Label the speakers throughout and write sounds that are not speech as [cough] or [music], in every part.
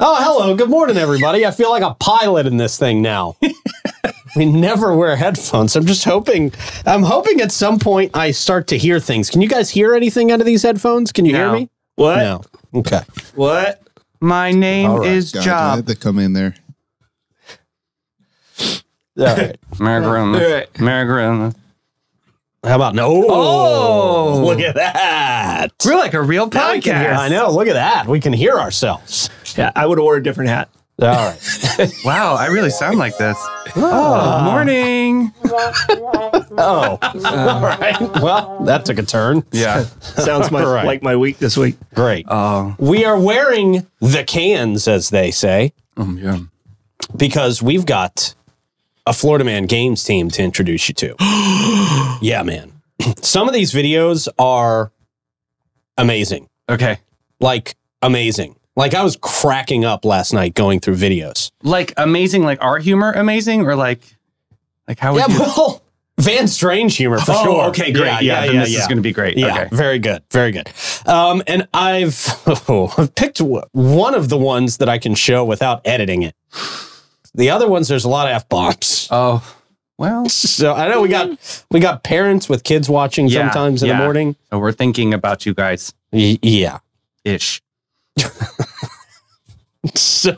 Speaker 1: Oh, hello. Good morning, everybody. I feel like a pilot in this thing now. we never wear headphones. I'm just hoping. I'm hoping at some point I start to hear things. Can you guys hear anything out of these headphones? Can you hear
Speaker 2: No.
Speaker 1: me?
Speaker 3: What?
Speaker 1: No. Okay.
Speaker 3: What?
Speaker 2: My name
Speaker 1: All right,
Speaker 2: is
Speaker 4: God, I
Speaker 2: Job.
Speaker 4: had to come in there.
Speaker 1: All right.
Speaker 2: Mary
Speaker 3: All
Speaker 2: Grimmeth.
Speaker 3: right.
Speaker 2: Mary Grimmeth.
Speaker 1: How about no?
Speaker 2: Oh.
Speaker 1: look at that.
Speaker 2: We're like a real
Speaker 3: Now we can hear
Speaker 2: podcast.
Speaker 1: I know. Look at that. We can hear ourselves.
Speaker 3: Yeah, I would order a different hat.
Speaker 1: All right.
Speaker 2: Wow, I really sound like this.
Speaker 1: Oh, [laughs]
Speaker 2: Morning.
Speaker 1: Oh. All right. Well, that took a turn.
Speaker 2: Yeah.
Speaker 3: Sounds
Speaker 1: [laughs]
Speaker 3: my,
Speaker 1: Right.
Speaker 3: like my week this week.
Speaker 1: Great.
Speaker 2: Oh,
Speaker 1: We are wearing the cans, as they say.
Speaker 2: um, yeah.
Speaker 1: because we've got a Florida Man Games team to introduce you
Speaker 2: [gasps]
Speaker 1: to. yeah, man. [clears throat] Some of these videos are amazing.
Speaker 2: Okay.
Speaker 1: Like amazing. Like I was cracking up last night going through videos.
Speaker 2: Like amazing, like our humor amazing, or like, like how would
Speaker 1: Yeah,
Speaker 2: you?
Speaker 1: [laughs] well, Van Strange humor for
Speaker 2: Oh,
Speaker 1: sure.
Speaker 2: okay, great. Yeah,
Speaker 1: yeah, yeah.
Speaker 2: then
Speaker 1: yeah,
Speaker 2: this is going to be great.
Speaker 1: Yeah,
Speaker 2: Okay.
Speaker 1: very good, very good. Um, and I've [laughs] oh, I've picked w- one of the ones that I can show without editing it. The other ones, there's a lot of f bombs.
Speaker 2: Oh, well.
Speaker 1: So I know we got we got parents with kids watching
Speaker 2: Yeah,
Speaker 1: sometimes in
Speaker 2: yeah.
Speaker 1: the morning.
Speaker 2: So we're thinking about you guys
Speaker 1: Y- yeah. [laughs]
Speaker 2: ish.
Speaker 1: So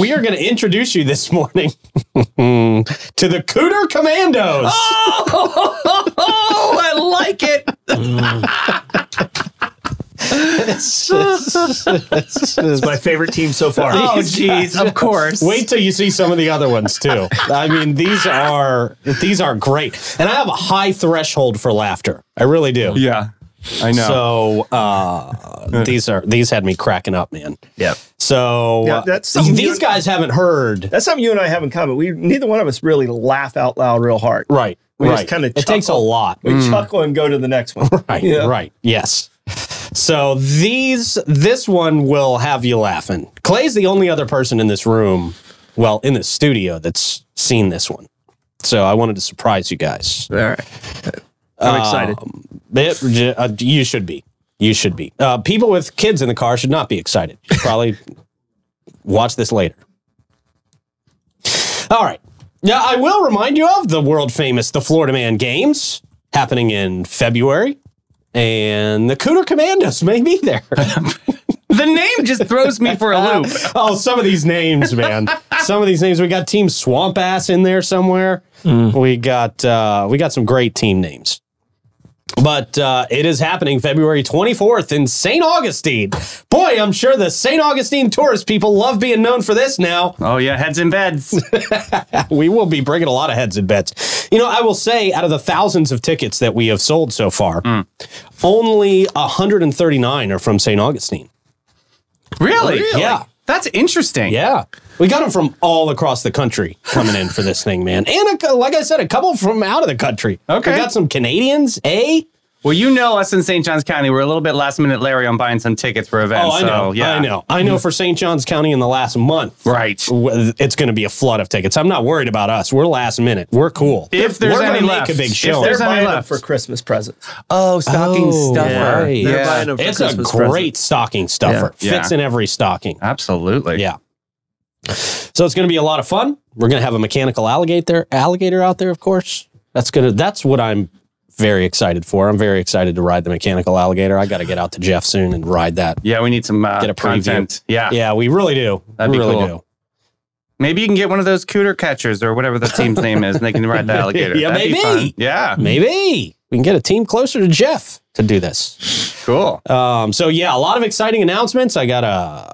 Speaker 1: we are going to introduce you this morning [laughs] to the Cooter Commandos.
Speaker 2: Oh, [laughs] I like it.
Speaker 1: This is- this is my-
Speaker 3: My favorite team so far.
Speaker 2: Oh, jeez. Of course.
Speaker 1: [laughs] Wait till you see some of the other ones too. I mean, these are these are great, and I have a high threshold for laughter. I really do.
Speaker 2: Yeah. I know.
Speaker 1: So uh, these are these had me cracking up, man.
Speaker 2: yep.
Speaker 1: So
Speaker 3: Yeah,
Speaker 1: uh,
Speaker 3: that's something
Speaker 1: these
Speaker 3: you-
Speaker 1: guys haven't heard
Speaker 3: That's something you and I have in common. We neither one of us really laugh out loud real hard.
Speaker 1: Right.
Speaker 3: We
Speaker 1: right.
Speaker 3: just kinda
Speaker 1: it takes a
Speaker 3: chuckle.
Speaker 1: lot.
Speaker 3: We chuckle and go to the next one.
Speaker 1: [laughs] Right.
Speaker 3: Yeah.
Speaker 1: Right. Yes. So these this one will have you laughing. Clay's the only other person in this room, well, in this studio that's seen this one. So I wanted to surprise you guys.
Speaker 2: All right. Um,
Speaker 3: I'm excited.
Speaker 1: It- uh, you should be. You should be. Uh, people with kids in the car should not be excited. You should Probably [laughs] watch this later. All right. Now, I will remind you of the world famous The Florida Man Games happening in February, and the Cooter Commandos may be there. [laughs]
Speaker 2: The name just throws me for a loop.
Speaker 1: [laughs] oh, some of these names, man. Some of these names. We got Team Swamp Ass in there somewhere. We got uh, we got some great team names. But uh, it is happening February 24th in St. Augustine. Boy, I'm sure the St. Augustine tourist people love being known for this now.
Speaker 2: Oh, yeah. Heads in
Speaker 1: [laughs]
Speaker 2: beds.
Speaker 1: We will be bringing a lot of heads and bets. You know, I will say, out of the thousands of tickets that we have sold so far, only 139 are from St. Augustine.
Speaker 2: really?
Speaker 1: Yeah.
Speaker 2: That's interesting.
Speaker 1: Yeah. We got them from all across the country coming in for this thing, man. And a, cou- like I said, a couple from out of the country.
Speaker 2: Okay.
Speaker 1: We got some Canadians, eh?
Speaker 2: Well, you know us in St. John's County. We're a little bit last minute Larry on buying some tickets for events.
Speaker 1: Oh, I know.
Speaker 2: So, yeah.
Speaker 1: I know. I know for St. John's County in the last month.
Speaker 2: Right.
Speaker 1: w- It's going to be a flood of tickets. I'm not worried about us. We're last minute. We're cool.
Speaker 2: If there's
Speaker 1: We're gonna
Speaker 2: any
Speaker 1: make
Speaker 2: left.
Speaker 1: a big
Speaker 2: If
Speaker 1: show.
Speaker 3: They're
Speaker 2: there's any
Speaker 3: buying them
Speaker 2: left.
Speaker 3: for Christmas presents.
Speaker 2: Oh, stocking
Speaker 1: Oh,
Speaker 2: stuffer.
Speaker 1: right.
Speaker 2: Yeah.
Speaker 3: They're buying them for
Speaker 1: it's
Speaker 3: Christmas
Speaker 1: a great
Speaker 3: presents.
Speaker 1: stocking stuffer.
Speaker 2: Yeah.
Speaker 1: Fits in every stocking.
Speaker 2: Absolutely.
Speaker 1: Yeah. So it's going to be a lot of fun. We're going to have a mechanical alligator alligator out there, of course. That's gonna. That's what I'm very excited for. I'm very excited to ride the mechanical alligator. I got to get out to Jeff soon and ride that.
Speaker 2: Yeah, we need some uh,
Speaker 1: Get a preview.
Speaker 2: content. Yeah.
Speaker 1: Yeah, we really do.
Speaker 2: That'd
Speaker 1: we
Speaker 2: be
Speaker 1: really
Speaker 2: cool. Maybe you can get one of those cooter catchers or whatever the team's name is, and they
Speaker 1: [laughs]
Speaker 2: can ride the alligator.
Speaker 1: Yeah,
Speaker 2: That'd be
Speaker 1: maybe.
Speaker 2: fun. Yeah.
Speaker 1: do. Maybe we can get a team closer to Jeff to do this.
Speaker 2: Cool.
Speaker 1: Um, so yeah, a lot of exciting announcements. I got a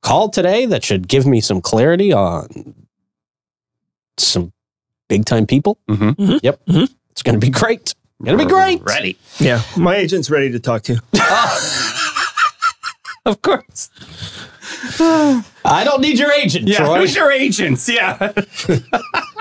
Speaker 1: call today that should give me some clarity on some big time people.
Speaker 2: Mm-hmm.
Speaker 1: Yep, it's going to be great. Going to be great.
Speaker 2: Ready.
Speaker 3: Yeah. My agent's ready to talk to you.
Speaker 2: Of course.
Speaker 1: I don't need your agent,
Speaker 2: Yeah. [laughs]
Speaker 1: Troy.
Speaker 2: Who's your agents? Yeah.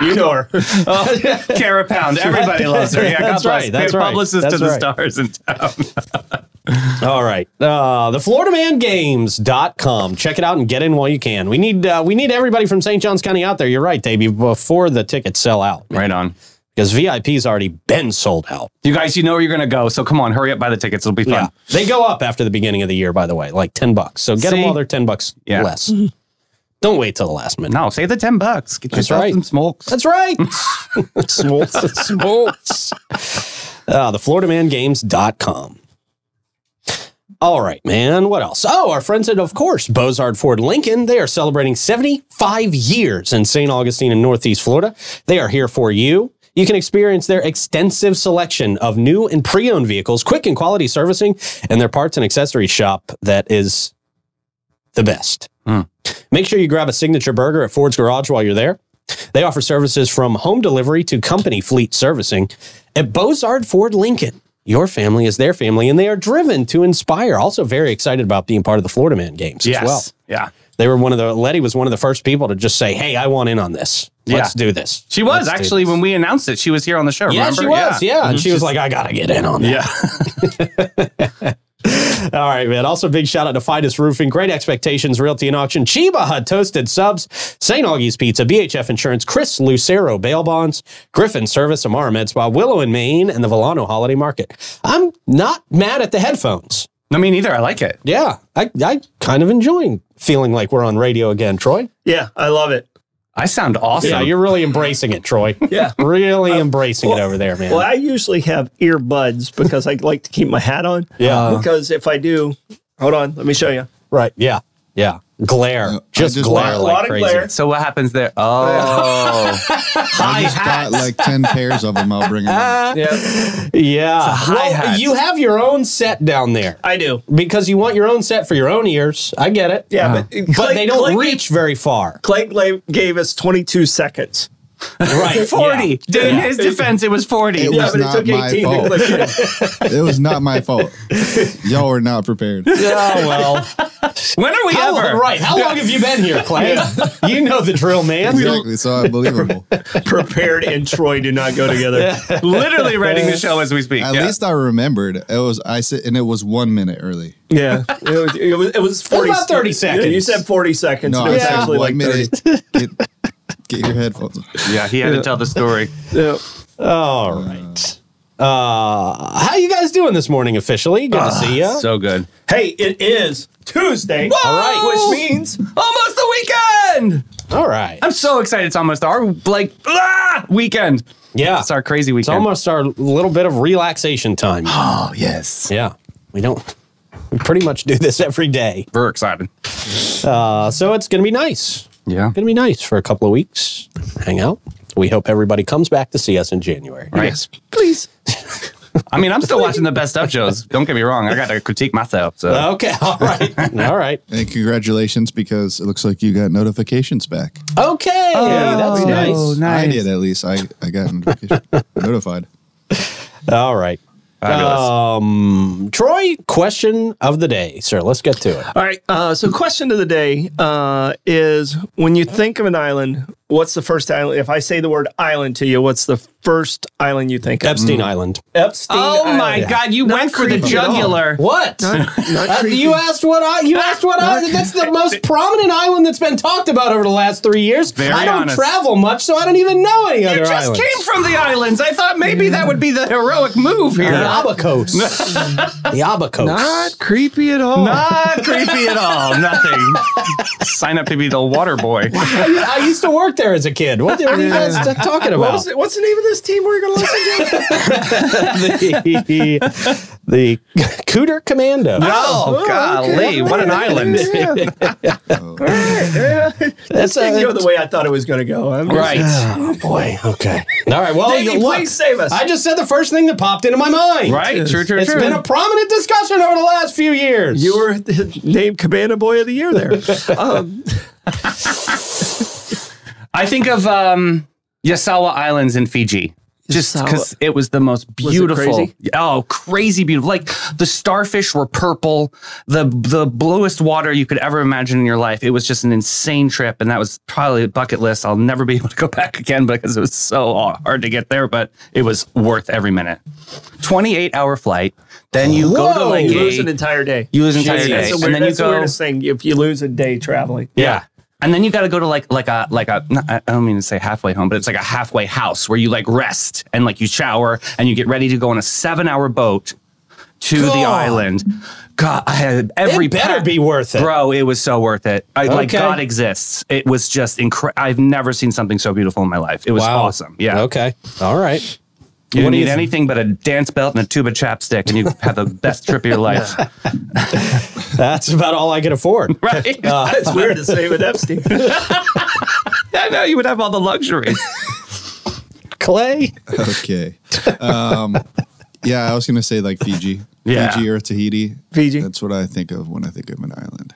Speaker 3: You know her.
Speaker 1: [laughs]
Speaker 3: [laughs]
Speaker 2: Cara Pound. Everybody loves her. Yeah. God
Speaker 1: That's
Speaker 2: bless.
Speaker 1: right, that's
Speaker 2: Big
Speaker 1: right,
Speaker 2: Publicist
Speaker 1: that's
Speaker 2: to the
Speaker 1: right.
Speaker 2: stars in town.
Speaker 1: All right. Uh, the FloridaManGames.com. Check it out and get in while you can. We need uh, we need everybody from St. John's County out there. You're right, Davey, before the tickets sell out.
Speaker 2: Right on.
Speaker 1: Because VIP's already been sold out.
Speaker 2: You guys, you know where you're going to go. So come on, hurry up, buy the tickets. It'll be fun.
Speaker 1: They go up after the beginning of the year, by the way, like 10 bucks. So get them
Speaker 2: See?
Speaker 1: while they're 10 bucks
Speaker 2: Yeah.
Speaker 1: less. Don't wait till the last minute.
Speaker 2: No, save the 10 bucks. Get
Speaker 1: That's
Speaker 2: yourself
Speaker 1: right.
Speaker 2: some smokes.
Speaker 1: That's right.
Speaker 3: Smoltz.
Speaker 1: [laughs] Sports. uh, the FloridaManGames.com. All right, man. What else? Oh, our friends at, of course, Bozard Ford Lincoln. They are celebrating 75 years in St. Augustine in Northeast Florida. They are here for you. You can experience their extensive selection of new and pre owned vehicles, quick and quality servicing, and their parts and accessory shop that is the best.
Speaker 2: Hmm.
Speaker 1: Make sure you grab a signature burger at Ford's Garage while you're there. They offer services from home delivery to company fleet servicing. At Bozard Ford Lincoln, your family is their family, and they are driven to inspire. Also, very excited about being part of the Florida Man Games as well.
Speaker 2: Yeah.
Speaker 1: They were one of the Letty was one of the first people to just say, "Hey, I want in on this. Let's do this."
Speaker 2: She
Speaker 1: Let's
Speaker 2: was
Speaker 1: do
Speaker 2: actually,
Speaker 1: this."
Speaker 2: when we announced it, she was here on the show.
Speaker 1: yeah,
Speaker 2: remember? Mm-hmm. Mhm.
Speaker 1: she was. Yeah, and she was like, "I gotta get in on that."
Speaker 2: Yeah. [laughs]
Speaker 1: All right, man. Also, big shout out to Fidus Roofing, Great Expectations, Realty and Auction, Chiba Hut Toasted Subs, St. Augie's Pizza, BHF Insurance, Chris Lucero Bail Bonds, Griffin Service, Amara Med Spa, Willow in Maine, and the Volano Holiday Market. I'm not mad at the headphones.
Speaker 2: No, me neither. I like it.
Speaker 1: Yeah, I, I kind of enjoying feeling like we're on radio again, Troy.
Speaker 3: Yeah, I love it.
Speaker 2: I sound awesome.
Speaker 1: Yeah, you're really embracing it, Troy.
Speaker 3: [laughs] Yeah. Uh,
Speaker 1: Really embracing it over there, man.
Speaker 3: Well, I usually have earbuds because I like to keep my hat on.
Speaker 1: Yeah. Uh-huh.
Speaker 3: Because if I do, hold on, let me show you.
Speaker 1: right. Yeah. Yeah. Glare. Just,
Speaker 4: just
Speaker 1: glare
Speaker 4: got a
Speaker 1: like
Speaker 3: lot of
Speaker 1: crazy.
Speaker 2: [laughs]
Speaker 3: glare.
Speaker 2: so what happens there? Oh.
Speaker 4: I just got like 10 pairs of them. I'll bring them. in.
Speaker 2: yeah.
Speaker 1: Yeah. Well,
Speaker 2: hi-hat.
Speaker 1: you have your own set down there.
Speaker 3: I do.
Speaker 1: because you want your own set for your own ears. I get it.
Speaker 2: Yeah.
Speaker 3: Yeah, but,
Speaker 1: But uh,
Speaker 3: Clay-
Speaker 1: they don't
Speaker 3: Clay-
Speaker 1: reach very far.
Speaker 3: Clay Gla- gave us 22 seconds.
Speaker 1: [laughs] Right.
Speaker 2: 40.
Speaker 1: yeah.
Speaker 2: Dude, in his defense, it was 40.
Speaker 4: It
Speaker 3: Yeah,
Speaker 4: was
Speaker 3: but it
Speaker 4: not
Speaker 3: took
Speaker 4: my
Speaker 3: 18 to
Speaker 4: fault.
Speaker 3: click in.
Speaker 4: It was not my fault. Y'all were not prepared.
Speaker 1: Oh,
Speaker 2: [laughs]
Speaker 1: well.
Speaker 2: When are we
Speaker 1: How
Speaker 2: ever?
Speaker 1: long, right. How long have you been here, Clay? [laughs] You know the drill, man.
Speaker 4: Exactly. So unbelievable.
Speaker 3: Prepared and Troy do not go
Speaker 2: [laughs]
Speaker 3: together.
Speaker 2: Literally writing the show as we speak.
Speaker 4: At
Speaker 2: yeah.
Speaker 4: least I remembered. It was I said, and it was one minute early.
Speaker 3: Yeah, it was, it was, it was 40
Speaker 1: about 30
Speaker 3: Yeah, you
Speaker 1: seconds.
Speaker 3: said 40 seconds.
Speaker 4: No,
Speaker 3: but
Speaker 4: I
Speaker 3: it's
Speaker 4: said
Speaker 3: actually
Speaker 4: one
Speaker 3: like 30.
Speaker 4: minute. [laughs] Get, get your headphones. on.
Speaker 2: yeah, he had to tell the story.
Speaker 3: Yeah.
Speaker 1: All right. Uh, how you guys doing this morning officially? Good to see you.
Speaker 2: Uh, So good.
Speaker 3: Hey, it is Tuesday.
Speaker 2: All
Speaker 1: right.
Speaker 3: Which means
Speaker 2: Oh! Almost the weekend.
Speaker 1: All right.
Speaker 2: I'm so excited. It's almost our like ah, weekend.
Speaker 1: Yeah.
Speaker 2: It's our crazy
Speaker 1: It's
Speaker 2: weekend.
Speaker 1: almost our little bit of relaxation
Speaker 2: [gasps]
Speaker 1: time.
Speaker 2: Oh yes.
Speaker 1: yeah. We don't. We pretty much do this every day.
Speaker 2: We're excited.
Speaker 1: Uh, so it's going to be nice.
Speaker 2: Yeah.
Speaker 1: gonna be nice for a couple of weeks. Hang out. We hope everybody comes back to see us in January.
Speaker 2: Right.
Speaker 3: please.
Speaker 2: I mean, I'm still watching the best of shows. Don't get me wrong. I got to critique myself. So
Speaker 1: Okay. All right. [laughs] all right.
Speaker 4: And congratulations, because it looks like you got notifications back.
Speaker 1: Okay. that's Oh, nice.
Speaker 4: I did at least. I, I got notification- [laughs] notified.
Speaker 1: All right. Mm,
Speaker 2: Fabulous.
Speaker 1: Oh. Troy, question of the day, sir. Let's get to it.
Speaker 3: All right. Uh, so, question of the day uh, is: When you think of an island, what's the first island? If I say the word island to you, what's the first island you think of?
Speaker 1: Epstein Island.
Speaker 3: Epstein.
Speaker 2: oh
Speaker 3: Island.
Speaker 2: my God! You went for the
Speaker 4: creepy at all.
Speaker 2: jugular.
Speaker 1: What? [laughs] Uh, you asked what I you asked what I that's
Speaker 2: [laughs]
Speaker 1: the most prominent island that's been talked about over the last three years.
Speaker 2: Very
Speaker 1: I don't
Speaker 2: honest.
Speaker 1: travel much, so I don't even know any
Speaker 2: You
Speaker 1: other
Speaker 2: just
Speaker 1: islands.
Speaker 2: came from the islands. I thought maybe that would be the heroic move here.
Speaker 1: the Abacos. the Abacos.
Speaker 4: creepy at all.
Speaker 2: Not creepy at all. [laughs] Nothing. Sign up to be the water boy.
Speaker 1: I used to work there as a kid. What, what are you guys t- talking
Speaker 3: What
Speaker 1: about?
Speaker 3: was it- what's the name of this team we're going to
Speaker 2: [laughs]
Speaker 3: listen to?
Speaker 1: the, [laughs] the Cooter Commando.
Speaker 2: Oh, golly! What
Speaker 1: [laughs]
Speaker 2: an island. [laughs]
Speaker 1: That's
Speaker 3: Didn't
Speaker 1: a,
Speaker 3: go the way I thought it was going to go. I'm just-
Speaker 2: Right.
Speaker 1: oh boy. Okay. All right. Well,
Speaker 3: Davey,
Speaker 1: you, look,
Speaker 3: please save us.
Speaker 1: I just said the first thing that popped into my mind.
Speaker 2: Right. True. True.
Speaker 1: It's
Speaker 2: true.
Speaker 1: been a prominent discussion over the last few years.
Speaker 3: you were named Cabana Boy of the
Speaker 2: [laughs]
Speaker 3: Year there. Um,
Speaker 2: I think of um, Yasawa Islands in Fiji. Just
Speaker 3: Yasawa.
Speaker 2: because it was the most
Speaker 3: it
Speaker 2: beautiful,
Speaker 3: crazy?
Speaker 2: oh, crazy beautiful! Like the starfish were purple, the the bluest water you could ever imagine in your life. It was just an insane trip, and that was probably a bucket list. I'll never be [laughs] able to go back again because it was so hard to get there, but it was worth every minute. Twenty eight hour flight, then you go to
Speaker 1: Whoa.
Speaker 2: Lake
Speaker 3: you lose an
Speaker 2: Erie,
Speaker 3: entire day.
Speaker 2: Oh, you lose an entire
Speaker 3: That's
Speaker 2: day,
Speaker 3: the,
Speaker 2: and
Speaker 3: weird,
Speaker 2: then you
Speaker 3: that's the
Speaker 2: go
Speaker 3: weirdest thing. If you lose a
Speaker 2: [laughs]
Speaker 3: day traveling, [laughs]
Speaker 2: yeah. And then you got to go to like like a like a not, I don't mean to say halfway home, but it's like a halfway house where you like rest and like you shower and you get ready to go on a seven hour boat to the
Speaker 1: God.
Speaker 2: island. God, I had every
Speaker 1: It better
Speaker 2: pa-
Speaker 1: be worth it.
Speaker 2: Bro, it was so worth it. I, Like
Speaker 1: Okay.
Speaker 2: God exists. It was just incredible. I've never seen something so beautiful in my life. It was awesome. Yeah.
Speaker 1: Okay. All right. What
Speaker 2: You don't
Speaker 1: do you
Speaker 2: need
Speaker 1: th-
Speaker 2: anything but a dance belt and a tube of chapstick, and you
Speaker 1: [laughs]
Speaker 2: have the best trip of your life.
Speaker 1: That's about all I can afford.
Speaker 2: [laughs] Right?
Speaker 1: Uh,
Speaker 3: It's weird to say with Epstein.
Speaker 2: [laughs] I know you would have all
Speaker 1: [laughs]
Speaker 2: the luxuries.
Speaker 1: Clay.
Speaker 4: okay. Um, yeah, I was gonna say like Fiji,
Speaker 2: Yeah.
Speaker 4: Fiji or Tahiti.
Speaker 3: Fiji.
Speaker 4: That's what I think of when I think of an island.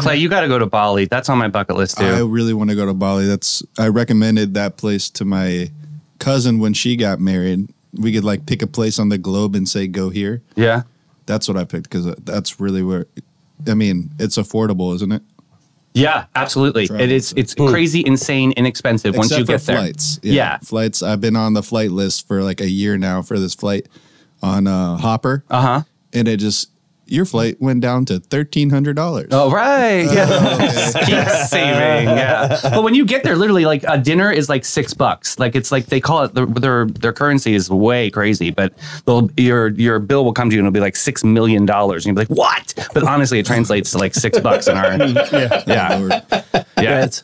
Speaker 2: Clay, you got to go to Bali. That's on my bucket list too.
Speaker 4: I really want to go to Bali. That's I recommended that place to my cousin when she got married. We could like pick a place on the globe and say go here.
Speaker 2: yeah.
Speaker 4: That's what I picked because that's really where. I mean, it's affordable, isn't it?
Speaker 2: Yeah, absolutely.
Speaker 4: Travel,
Speaker 2: it is.
Speaker 4: so-
Speaker 3: Hmm.
Speaker 2: It's crazy, insane, inexpensive once
Speaker 4: Except
Speaker 2: you get
Speaker 4: for
Speaker 2: there.
Speaker 4: flights.
Speaker 2: Yeah.
Speaker 4: flights. I've been on the flight list for like a year now for this flight on uh, Hopper,
Speaker 2: Uh huh.
Speaker 4: and it just your flight went down to thirteen hundred dollars.
Speaker 2: Oh right. Yeah. [laughs] Keep saving. Yeah. But when you get there, literally, like a dinner is like six bucks. Like it's like they call it their their, their currency is way crazy, but they'll your your bill will come to you and it'll be like six million dollars, and you'll be like, what? But honestly, it translates to like six bucks in
Speaker 4: [laughs]
Speaker 2: our. Yeah. Yeah.
Speaker 3: Yeah, it's,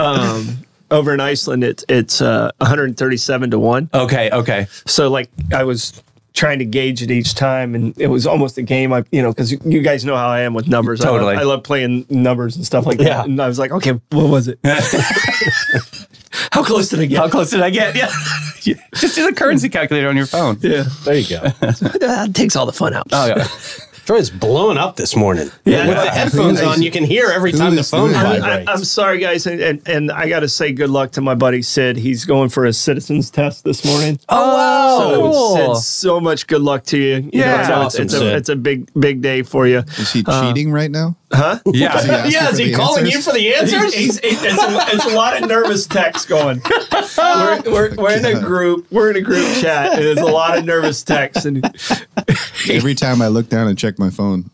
Speaker 3: um, over in Iceland, it, it's uh, 137 to 1.
Speaker 2: Okay. Okay.
Speaker 3: So, like, I was trying to gauge it each time, and it was almost a game. I, you know, because you guys know how I am with numbers. I love-
Speaker 2: Totally.
Speaker 3: I love, playing numbers and stuff like that.
Speaker 1: Yeah.
Speaker 3: And I was like, okay, what was it? how close did I get?
Speaker 2: How close did I get? Yeah.
Speaker 3: [laughs]
Speaker 2: Just do the currency calculator on your phone.
Speaker 3: yeah.
Speaker 1: There you go.
Speaker 3: That takes all the fun out.
Speaker 2: Oh yeah.
Speaker 1: Troy's blowing up this morning. Yeah, with the headphones on, you can hear every
Speaker 4: Who
Speaker 1: time the
Speaker 4: is
Speaker 1: phone
Speaker 4: doing that?
Speaker 3: I,
Speaker 1: vibrates.
Speaker 3: I'm sorry, guys, and, and, and I got to say good luck to my buddy Sid. He's going for a citizen's test this morning.
Speaker 2: Oh, wow.
Speaker 3: So,
Speaker 2: Cool.
Speaker 3: Sid, so much good luck to you. you
Speaker 2: Yeah.
Speaker 3: know, it's,
Speaker 1: That's
Speaker 3: a-
Speaker 1: awesome,
Speaker 3: it's
Speaker 1: Sid.
Speaker 3: a, it's a big, big day for you.
Speaker 4: Is he cheating right now?
Speaker 2: Yeah.
Speaker 4: asking
Speaker 1: yeah, is
Speaker 4: for
Speaker 1: he
Speaker 4: the
Speaker 1: calling
Speaker 4: answers?
Speaker 1: you for the answers?
Speaker 3: He's- it's, a, it's a lot of nervous texts going. We're, we're, we're in a group. We're in a group chat, and there's a lot of nervous texts. And
Speaker 4: Every time I look down and check my phone,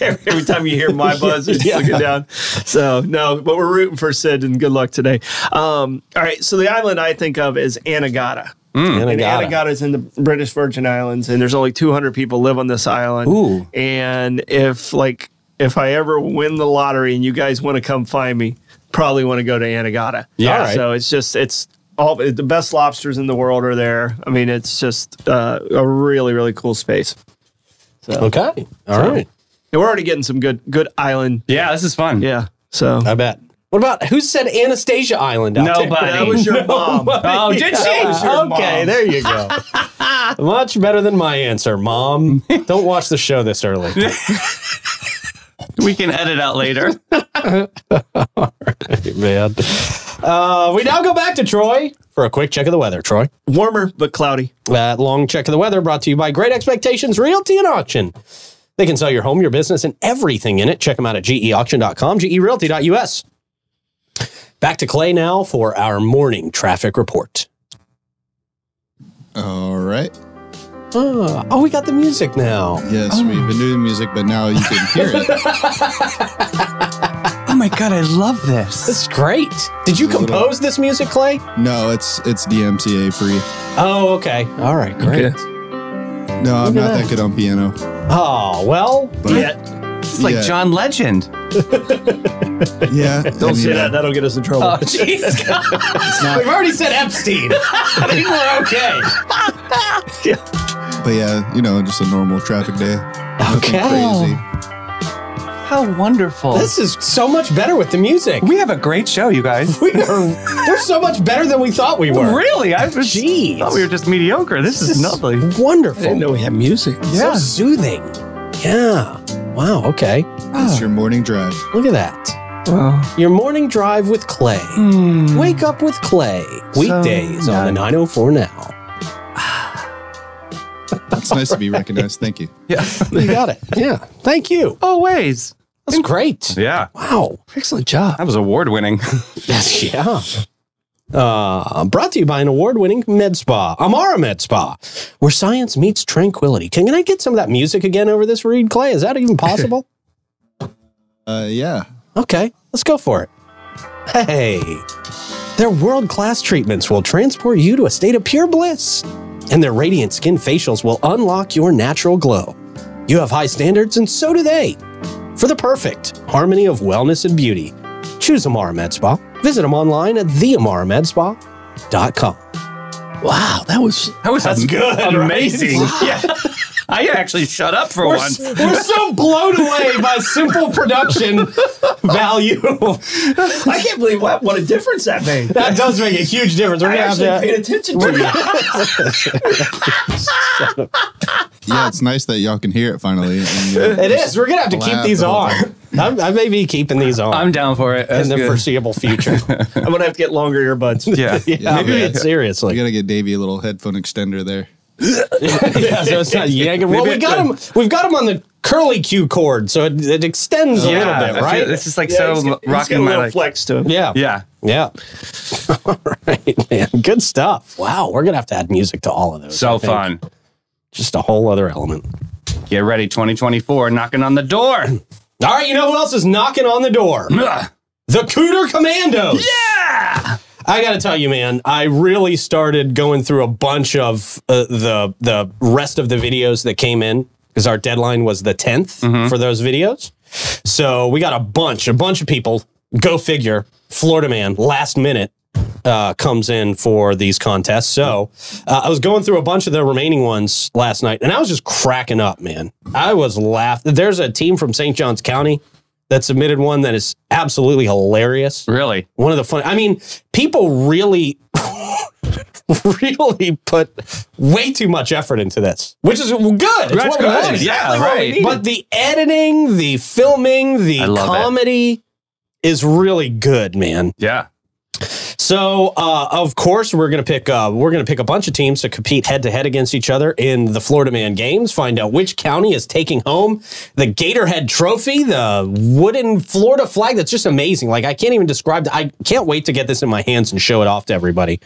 Speaker 3: every time you hear my buzz, it's just looking down. So no, but we're rooting for Sid, and good luck today. Um, all right. So the island I think of is Anegada. And
Speaker 1: Anegada.
Speaker 3: Anegada is in the British Virgin Islands, and there's only 200 people live on this island.
Speaker 2: Ooh.
Speaker 3: And if like if I ever win the lottery and you guys want to come find me, probably want to go to Anegada.
Speaker 1: Yeah. All right.
Speaker 3: So it's just it's all the best lobsters in the world are there. I mean, it's just uh, a really really cool space.
Speaker 1: Okay. all right.
Speaker 3: And we're already getting some good good island.
Speaker 2: Yeah, this is fun.
Speaker 3: Yeah. So
Speaker 1: I bet. What about who said Anastasia Island? out there? [laughs]
Speaker 2: Nobody.
Speaker 3: that was your mom.
Speaker 2: Oh, did she?
Speaker 1: That was your okay,
Speaker 3: mom.
Speaker 1: there you go. Much better than my answer, Mom. Don't watch the show this early.
Speaker 2: We can edit out later.
Speaker 4: [laughs]
Speaker 1: man. Uh, we now go back to Troy for a quick check of the weather. Troy,
Speaker 3: Warmer but cloudy.
Speaker 1: that long check of the weather brought to you by Great Expectations Realty and Auction. They can sell your home, your business, and everything in it. Check them out at geauction.com, gerealty.us. Back to Clay now for our morning traffic report.
Speaker 4: all right.
Speaker 1: Uh, oh, we got the music now.
Speaker 4: Yes, we've been doing music, but now you can hear it.
Speaker 2: Oh my god, I love this.
Speaker 1: This is great. Did you compose this music, Clay?
Speaker 4: No, it's it's DMCA free.
Speaker 1: Oh, okay. All right, great.
Speaker 3: Okay.
Speaker 4: No,
Speaker 1: Look at
Speaker 4: I'm not
Speaker 1: that.
Speaker 4: that good on piano.
Speaker 1: Oh, well,
Speaker 4: But
Speaker 2: It's like
Speaker 4: Yeah.
Speaker 2: John Legend.
Speaker 4: [laughs] yeah,
Speaker 3: Don't say that. That'll get us in
Speaker 1: [laughs] Oh,
Speaker 3: trouble.
Speaker 2: jeez.
Speaker 4: Oh, It's not,
Speaker 1: we've already said Epstein. [laughs] I think we're okay.
Speaker 4: but yeah, you know, just a normal traffic day. Nothing
Speaker 1: Okay.
Speaker 4: crazy.
Speaker 2: How
Speaker 4: Oh.
Speaker 2: wonderful.
Speaker 1: This is so much better with the music.
Speaker 2: we have a great show, you guys.
Speaker 1: [laughs] We are, we're so much better than we thought we were.
Speaker 2: Oh, really? I was,
Speaker 1: Jeez.
Speaker 2: thought we were just mediocre. This, is nothing.
Speaker 1: Wonderful.
Speaker 3: we had music.
Speaker 1: So
Speaker 2: Yeah.
Speaker 1: soothing. Yeah. Wow. Okay.
Speaker 4: It's your morning drive.
Speaker 1: Look at that. Your morning drive with Clay.
Speaker 2: Mm.
Speaker 1: Wake up with Clay. Weekdays on the 904 now.
Speaker 4: It's nice to be recognized. Thank you.
Speaker 2: [laughs] Yeah.
Speaker 1: You got it. Yeah. Thank you.
Speaker 2: Always.
Speaker 1: That's great.
Speaker 2: Yeah.
Speaker 1: Wow.
Speaker 3: Excellent job.
Speaker 2: That was award winning.
Speaker 1: yeah. Uh, brought to you by an award-winning med spa, Amara Med Spa, where science meets tranquility. Can, can I get some of that music again over this read, Clay? Is that even possible?
Speaker 4: Uh, yeah.
Speaker 1: okay, let's go for it. Hey, their world-class treatments will transport you to a state of pure bliss, and their radiant skin facials will unlock your natural glow. You have high standards, and so do they. For the perfect harmony of wellness and beauty, choose Amara Med Spa. Visit them online at theamaramedspa.com.
Speaker 3: Wow, that was
Speaker 2: [laughs] That was am-
Speaker 1: good, right?
Speaker 2: Amazing. Yeah. I actually shut up for
Speaker 1: We're,
Speaker 2: once.
Speaker 1: s- we're so blown away by simple production value. [laughs]
Speaker 3: I can't believe what, what a difference that made.
Speaker 1: That does make a huge difference. We're
Speaker 3: I
Speaker 1: gonna have
Speaker 3: actually
Speaker 1: to-
Speaker 3: paid attention to you.
Speaker 4: Yeah, it's nice that y'all can hear it finally. And, uh, you
Speaker 1: [laughs]
Speaker 4: know,
Speaker 1: It is. We're gonna have to keep
Speaker 4: Laugh
Speaker 1: these
Speaker 4: the whole
Speaker 1: on. I'm, [laughs] I may be keeping these on
Speaker 2: I'm down for it.
Speaker 1: in
Speaker 2: That's
Speaker 1: the
Speaker 2: good.
Speaker 1: foreseeable
Speaker 2: [laughs]
Speaker 1: future.
Speaker 3: [laughs]
Speaker 1: [laughs]
Speaker 3: I'm gonna have to get longer earbuds.
Speaker 2: yeah.
Speaker 1: yeah, I mean,
Speaker 4: man.
Speaker 1: seriously. [laughs]
Speaker 4: You gotta get Davey a little headphone extender there.
Speaker 1: yeah, so it's not yanking. Well,
Speaker 2: Maybe
Speaker 1: we
Speaker 2: it
Speaker 1: got him. We've got him on the curly Q cord, so it, it extends a
Speaker 2: I
Speaker 1: little bit,
Speaker 2: feel-
Speaker 1: right?
Speaker 2: This is like
Speaker 3: Yeah,
Speaker 2: so
Speaker 3: he's got-
Speaker 2: lo-
Speaker 3: he's got
Speaker 2: rocking
Speaker 3: a
Speaker 2: my
Speaker 3: little
Speaker 2: like.
Speaker 3: flex to him.
Speaker 1: yeah,
Speaker 2: Yeah.
Speaker 1: yeah. [laughs] all right, man. Good stuff. Wow, we're gonna have to add music to all of those. I
Speaker 2: So
Speaker 1: think.
Speaker 2: fun.
Speaker 1: Just a whole other element.
Speaker 2: Get ready, 2024, knocking on the door. [laughs]
Speaker 1: All right, you know who else is knocking on the door?
Speaker 2: Ugh.
Speaker 1: The Cooter Commandos.
Speaker 2: yeah.
Speaker 1: I gotta tell you, man, I really started going through a bunch of uh, the the rest of the videos that came in because our deadline was the 10th for those videos. So we got a bunch, a bunch of people. Go figure. Florida man, last minute uh, comes in for these contests. So uh, I was going through a bunch of the remaining ones last night, and I was just cracking up, man. I was laughing. There's a team from St. Johns County that submitted one that is absolutely hilarious
Speaker 2: Really?
Speaker 1: one of the fun. I mean, people really, [laughs] really put way too much effort into this, which is good. It's what we wanted.
Speaker 2: Yeah, right.
Speaker 1: But the editing, the filming, the
Speaker 2: I love it.
Speaker 1: comedy is really good, man.
Speaker 2: Yeah.
Speaker 1: So, uh, of course, we're gonna pick. Uh, we're gonna pick a bunch of teams to compete head to head against each other in the Florida Man Games. Find out which county is taking home the Gatorhead Trophy, the wooden Florida flag. That's just amazing. Like I can't even describe. the- I can't wait to get this in my hands and show it off to everybody.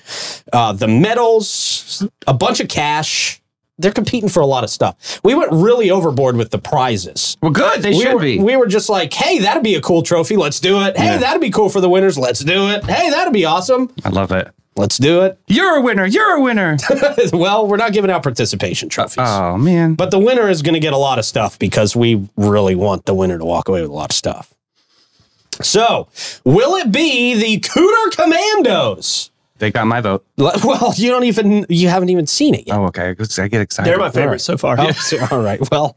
Speaker 1: Uh, the medals, a bunch of cash. They're competing for a lot of stuff. We went really overboard with the prizes
Speaker 2: Well, good. They
Speaker 1: we
Speaker 2: should
Speaker 1: were,
Speaker 2: be.
Speaker 1: we were just like, hey, that'd be a cool trophy. Let's do it. Hey, that'd be cool for the winners. Let's do it. Hey, that'd be awesome.
Speaker 2: I love it.
Speaker 1: Let's do it. [laughs]
Speaker 2: You're a winner. You're a [laughs] winner.
Speaker 1: well, we're not giving out participation trophies.
Speaker 2: oh, man.
Speaker 1: but the winner is going to get a lot of stuff because we really want the winner to walk away with a lot of stuff. So, will it be the Cooter Commandos?
Speaker 2: They got my vote.
Speaker 1: Le- [laughs] Well, you don't even, you haven't even seen it yet.
Speaker 2: Oh, okay. I get- I get excited.
Speaker 3: They're my favorite so far. [laughs]
Speaker 1: Oh, [laughs] so- all right. Well,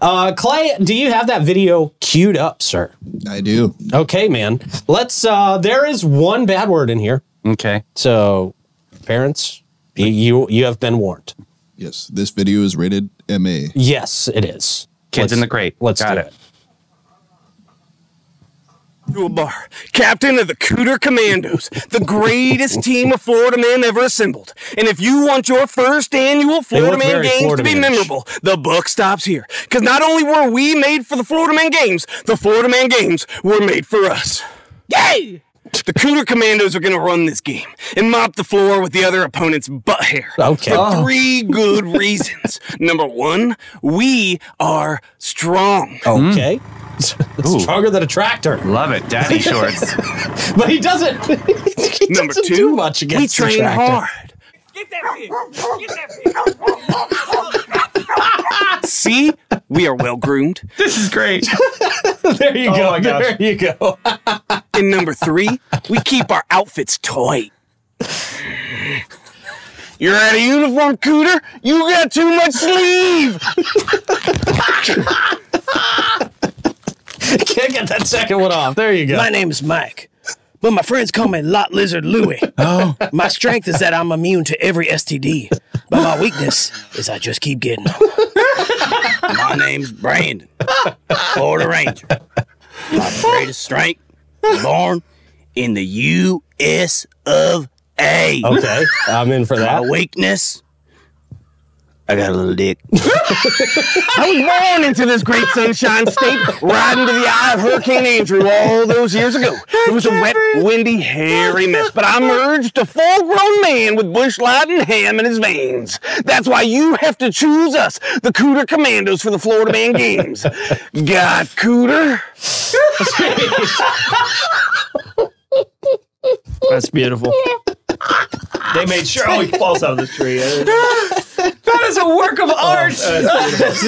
Speaker 1: uh, Clay, do you have that video queued up, sir?
Speaker 4: I do.
Speaker 1: Okay, man. Let's. uh There is one bad word in here,
Speaker 2: Okay.
Speaker 1: so parents, you you, you have been warned.
Speaker 4: Yes, this video is rated MA.
Speaker 1: Yes, it is.
Speaker 2: Kids
Speaker 1: Let's-
Speaker 2: in the crate.
Speaker 1: Let's
Speaker 2: got
Speaker 1: do
Speaker 2: it.
Speaker 1: it.
Speaker 5: to a bar. Captain of the Cooter Commandos, the greatest team of Florida men ever assembled. And if you want your first annual Florida
Speaker 1: look
Speaker 5: Man
Speaker 1: very
Speaker 5: Games
Speaker 1: Florida
Speaker 5: to be
Speaker 1: man-ish.
Speaker 5: memorable, the buck stops here. Because not only were we made for the Florida Man Games, the Florida Man Games were made for us. Yay! The Cooter Commandos are going to run this game and mop the floor with the other opponent's butt hair.
Speaker 1: Okay.
Speaker 5: For
Speaker 1: Oh.
Speaker 5: three good reasons. Number one, we are strong.
Speaker 1: Oh. Okay. Stronger than a tractor,
Speaker 2: Love it. [laughs] Daddy shorts.
Speaker 1: but he doesn't. [laughs] he
Speaker 5: Number
Speaker 1: doesn't
Speaker 5: two,
Speaker 1: do much against
Speaker 5: we train
Speaker 1: the tractor.
Speaker 5: hard.
Speaker 6: Get that pig! Get that pig!
Speaker 5: See, we are well groomed.
Speaker 2: this is great.
Speaker 1: There you
Speaker 3: Oh,
Speaker 1: go.
Speaker 3: [laughs]
Speaker 1: there you go.
Speaker 5: And number three, we keep our outfits tight. You're out of uniform, Cooter. You got too much sleeve.
Speaker 1: Can't get that second one off. There you go.
Speaker 7: My name is Mike, but my friends call me Lot Lizard Louie. Oh. My strength is that I'm immune to every STD, but my weakness is I just keep getting them.
Speaker 5: [laughs] My name's Brandon, Florida Ranger. My greatest strength, born in the U.S. of A.
Speaker 1: Okay, I'm in for that.
Speaker 5: weakness. I got a little dick. [laughs] I was born into this great sunshine state, riding to the eye of Hurricane Andrew all those years ago. It was a wet, windy, hairy mess, but I merged a full grown man with bush light and ham in his veins. That's why you have to choose us, the Cooter Commandos, for the Florida Man Games. Got Cooter?
Speaker 3: [laughs] That's beautiful. they made sure oh, he falls out of the tree.
Speaker 2: that is is a work [laughs] of art.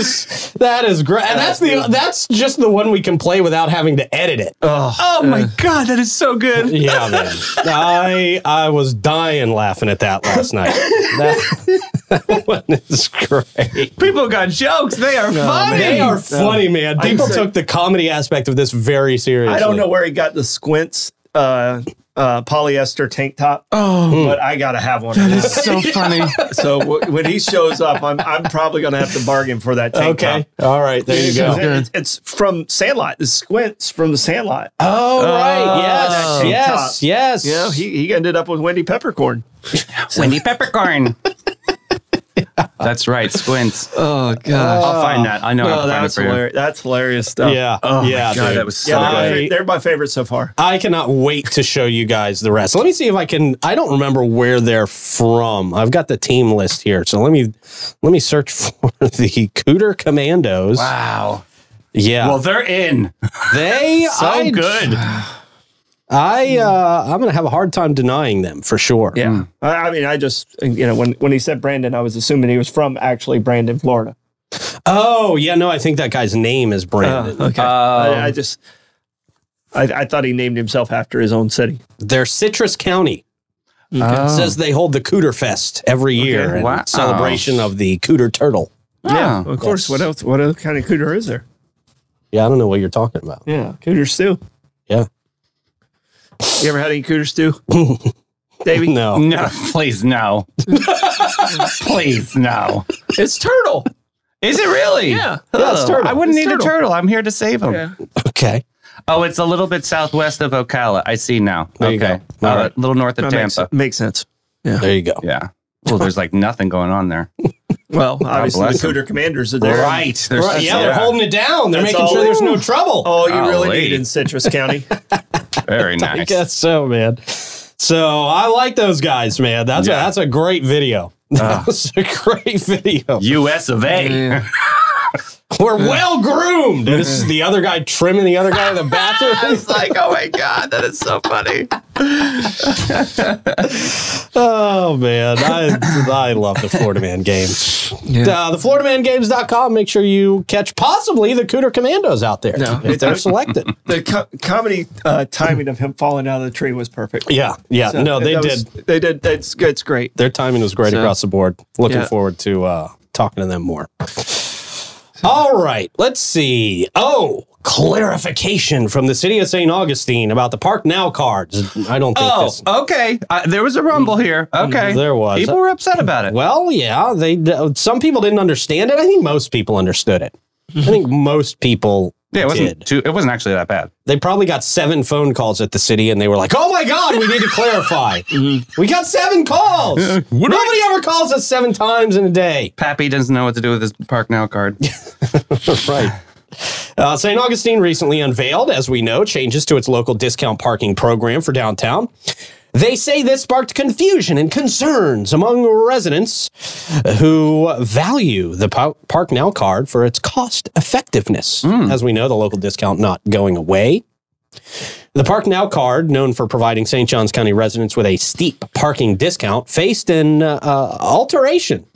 Speaker 1: [laughs] That is great. And that's the that's just the one we can play without having to edit it.
Speaker 2: oh my god, that is so good.
Speaker 1: Uh, Yeah, man. I I was dying laughing at that last night. That, that [laughs] one is great.
Speaker 2: People got jokes. They are funny.
Speaker 1: They are funny, man. People
Speaker 3: so-
Speaker 1: took the comedy aspect of this very seriously.
Speaker 3: I don't know where he got the squints uh, uh, polyester tank top. Oh, but I gotta have one. of those.
Speaker 4: so [laughs] funny.
Speaker 3: [laughs] so w- when he shows up, I'm I'm probably gonna have to bargain for that tank
Speaker 1: Okay.
Speaker 3: top.
Speaker 1: All right. There you go.
Speaker 3: It's, it's from Sandlot. The squints from the Sandlot.
Speaker 1: Oh, right. Yes.
Speaker 3: tank
Speaker 1: yes.
Speaker 3: top.
Speaker 1: Yes.
Speaker 3: You know, he, he ended up with Wendy Peppercorn.
Speaker 2: Wendy Peppercorn. [laughs] That's right, squints.
Speaker 3: Oh god,
Speaker 2: I'll find that. I know. how to find it
Speaker 3: that's
Speaker 2: for you.
Speaker 3: hilarious. That's hilarious stuff.
Speaker 1: yeah. yeah.
Speaker 2: Oh, God,
Speaker 1: dude.
Speaker 2: that was so
Speaker 3: yeah. they're my
Speaker 1: I-
Speaker 3: fa- they're my favorite so far.
Speaker 1: I cannot wait to show you guys the rest. Let me see if I can. I don't remember where they're from. I've got the team list here, so let me let me search for the Cooter Commandos.
Speaker 2: Wow.
Speaker 1: Yeah,
Speaker 2: Well, they're in.
Speaker 1: they
Speaker 2: So
Speaker 1: I,
Speaker 2: good.
Speaker 1: I uh, I'm gonna have a hard time denying them for sure.
Speaker 2: Yeah.
Speaker 3: I, I mean, I just you know when when he said Brandon, I was assuming he was from actually Brandon, Florida.
Speaker 1: Oh yeah, no, I think that guy's name is Brandon.
Speaker 3: okay.
Speaker 2: Um,
Speaker 3: I, I just I, I thought he named himself after his own city.
Speaker 1: They're Citrus County.
Speaker 2: Oh.
Speaker 1: It says they hold the Cooter Fest every year in
Speaker 2: wow.
Speaker 1: celebration of the Cooter Turtle.
Speaker 2: Yeah.
Speaker 3: Of course. What else? What other kind of cooter is there?
Speaker 1: Yeah, I don't know what you're talking about.
Speaker 3: Yeah, cooter stew.
Speaker 1: Yeah.
Speaker 3: You ever had any cooter stew,
Speaker 1: [laughs]
Speaker 3: Davey?
Speaker 1: No.
Speaker 2: No, [laughs]
Speaker 1: [laughs]
Speaker 2: please no. please no.
Speaker 3: It's turtle.
Speaker 2: Is it really? Yeah.
Speaker 1: it's turtle.
Speaker 2: I wouldn't
Speaker 3: It's
Speaker 2: need
Speaker 3: turtle.
Speaker 2: a turtle. I'm here to save him.
Speaker 1: Okay.
Speaker 2: Oh, it's a little bit southwest of Ocala. I see now.
Speaker 1: There you
Speaker 2: okay.
Speaker 1: go.
Speaker 2: All
Speaker 1: All
Speaker 2: right.
Speaker 1: right.
Speaker 2: A little north of
Speaker 3: That makes,
Speaker 2: Tampa.
Speaker 3: makes sense.
Speaker 1: There you go.
Speaker 2: Yeah. Well, there's like nothing going
Speaker 1: [laughs]
Speaker 2: on there.
Speaker 3: Well, obviously
Speaker 2: bless
Speaker 3: the
Speaker 2: him.
Speaker 3: cooter commanders are there.
Speaker 2: There's
Speaker 1: Right, yeah, they're
Speaker 2: yeah.
Speaker 1: holding it down. They're
Speaker 3: That's
Speaker 1: making sure
Speaker 3: all- Oh,
Speaker 1: there's no trouble.
Speaker 3: All you really
Speaker 2: Golly.
Speaker 3: need in Citrus County.
Speaker 2: Very
Speaker 1: I
Speaker 2: nice.
Speaker 1: guess so, man. So I like those guys, man. That's a, that's a great video. [laughs] That's a great video.
Speaker 2: US of A.
Speaker 1: We're well groomed. This is the other guy trimming the other guy in the
Speaker 2: [laughs]
Speaker 1: bathroom.
Speaker 2: like, oh my God, that is so funny.
Speaker 1: [laughs] oh man, I I love the Florida Man game. Uh, the FloridaManGames.com. Make sure you catch possibly the Cooter Commandos out there if they're
Speaker 3: [laughs]
Speaker 1: selected.
Speaker 3: the co- comedy uh, timing of him falling out of the tree was perfect.
Speaker 1: Yeah, yeah.
Speaker 3: So
Speaker 1: no, they
Speaker 3: that
Speaker 1: did.
Speaker 3: was- they did. That's it's great.
Speaker 1: their timing was great across the board. Looking
Speaker 3: Yeah.
Speaker 1: forward to uh, talking to them more. All right, let's see. Oh, clarification from the city of St. Augustine about the Park Now cards. I don't think
Speaker 2: Oh,
Speaker 1: this.
Speaker 2: okay. Uh, there was a rumble here. Okay.
Speaker 1: There was.
Speaker 2: People were upset about it.
Speaker 1: Well, yeah, they some people didn't understand it. I think most people understood it. I
Speaker 2: [laughs]
Speaker 1: think most people
Speaker 2: Yeah, it wasn't
Speaker 1: did.
Speaker 2: too. It wasn't actually that bad.
Speaker 1: They probably got seven phone calls at the city, and they were like, "Oh my God, we need to
Speaker 2: [laughs]
Speaker 1: clarify.
Speaker 2: Mm-hmm.
Speaker 1: We got seven calls. Nobody ever calls us seven times in a day."
Speaker 2: Pappy doesn't know what to do with his Park
Speaker 1: [laughs]
Speaker 2: Now card.
Speaker 1: right. Uh, St. Augustine recently unveiled, as we know, changes to its local discount parking program for downtown. They say this sparked confusion and concerns among residents who value the Po- Park Now card for its cost effectiveness. As we know, the local discount not going away. The Park Now card, known for providing St. Johns County residents with a steep parking discount, faced an uh, uh, alteration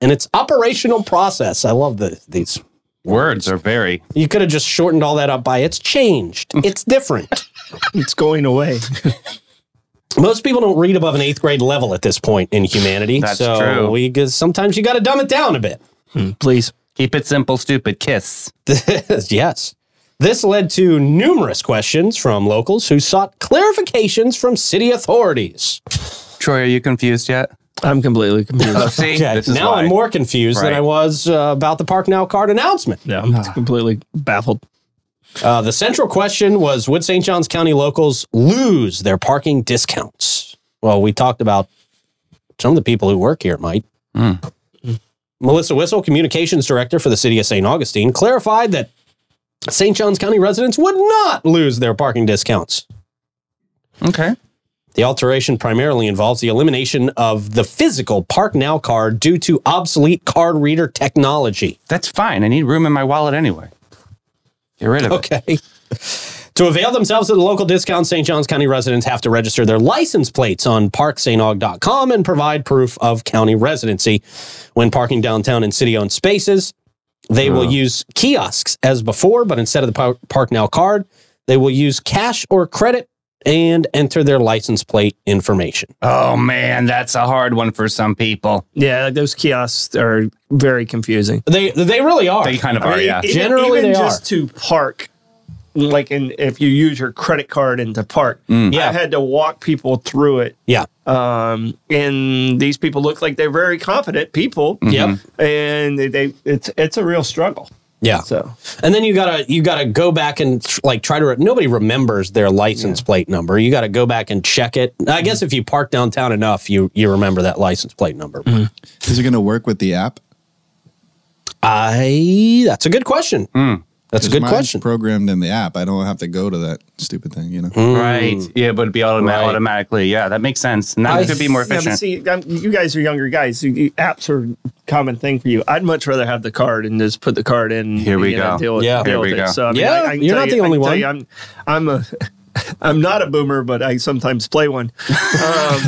Speaker 1: in its operational process. I love the, these
Speaker 2: Words are very.
Speaker 1: you could have just shortened all that up by it's changed.
Speaker 2: Mm.
Speaker 1: It's different.
Speaker 3: It's going away.
Speaker 1: Most people don't read above an eighth grade level at this point in humanity.
Speaker 2: That's
Speaker 1: so
Speaker 2: true.
Speaker 1: we g- sometimes you got to dumb it down a bit. [laughs]
Speaker 3: [laughs] Please.
Speaker 2: Keep it simple, stupid. Kiss.
Speaker 1: yes. This led to numerous questions from locals who sought clarifications from city authorities.
Speaker 2: Troy, are you confused yet?
Speaker 3: I'm completely [laughs] confused.
Speaker 2: Oh, see,
Speaker 1: Okay,
Speaker 2: this is
Speaker 1: now
Speaker 2: why.
Speaker 1: I'm more confused than
Speaker 2: Right.
Speaker 1: I was uh, about the Park Now card announcement.
Speaker 3: yeah, I'm completely baffled.
Speaker 1: Uh, the central question was Would St. John's County locals lose their parking discounts? Well, we talked about some of the people who work here might. Melissa Whistle, communications director for the city of St. Augustine, clarified that St. John's County residents would not lose their parking discounts.
Speaker 2: Okay.
Speaker 1: The alteration primarily involves the elimination of the physical Park Now card due to obsolete card reader technology.
Speaker 2: That's fine. I need room in my wallet anyway. Get rid of it.
Speaker 1: [laughs] Okay. To avail themselves of the local discount, St. Johns County residents have to register their license plates on parksanog.com and provide proof of county residency. When parking downtown in city owned spaces, they will use kiosks as before, but instead of the Par- Park Now card, they will use cash or credit and enter their license plate information.
Speaker 2: Oh man, that's a hard one for some people.
Speaker 3: Yeah, those kiosks are very confusing.
Speaker 1: They they really are.
Speaker 2: They kind of
Speaker 3: I
Speaker 2: are,
Speaker 3: mean,
Speaker 2: yeah.
Speaker 3: even-
Speaker 1: Generally,
Speaker 3: even
Speaker 1: they
Speaker 3: just to park, like in if you use your credit card and to park,
Speaker 1: Yeah.
Speaker 3: I had to walk people through it.
Speaker 1: yeah.
Speaker 3: Um, and these people look like they're very confident people.
Speaker 2: Mm-hmm.
Speaker 1: Yep.
Speaker 3: and they, they it's it's a real struggle.
Speaker 1: Yeah.
Speaker 3: So
Speaker 1: And then you gotta you gotta go back and tr- like try to. Re- nobody remembers their license plate number. You gotta go back and check it. I guess if you park downtown enough, you you remember that license plate number.
Speaker 4: Is it going to work with the app?
Speaker 1: I. That's a good question. That's a good
Speaker 4: Mine's
Speaker 1: question.
Speaker 4: Programmed in the app, I don't have to go to that stupid thing. You know,
Speaker 1: Hmm.
Speaker 2: Right. Yeah, it would be automa-
Speaker 1: Right.
Speaker 2: automatically. Yeah, that makes sense. And that
Speaker 1: I
Speaker 2: could be more
Speaker 3: yeah, but
Speaker 2: efficient.
Speaker 3: see, I'm, you guys are younger guys. You, you- apps are a common thing for you. I'd much rather have the card and just put the card in.
Speaker 2: Here we
Speaker 3: you know,
Speaker 2: go.
Speaker 3: Deal with,
Speaker 1: Yeah.
Speaker 3: deal
Speaker 1: Here
Speaker 3: with
Speaker 2: we
Speaker 3: it.
Speaker 2: go.
Speaker 3: So I mean,
Speaker 1: Yeah,
Speaker 3: I, I can
Speaker 1: you're
Speaker 3: tell
Speaker 1: not
Speaker 3: you-
Speaker 1: the only
Speaker 3: I can tell
Speaker 1: one.
Speaker 3: you I'm I'm a [laughs] I'm not a boomer, but I sometimes play one. Um,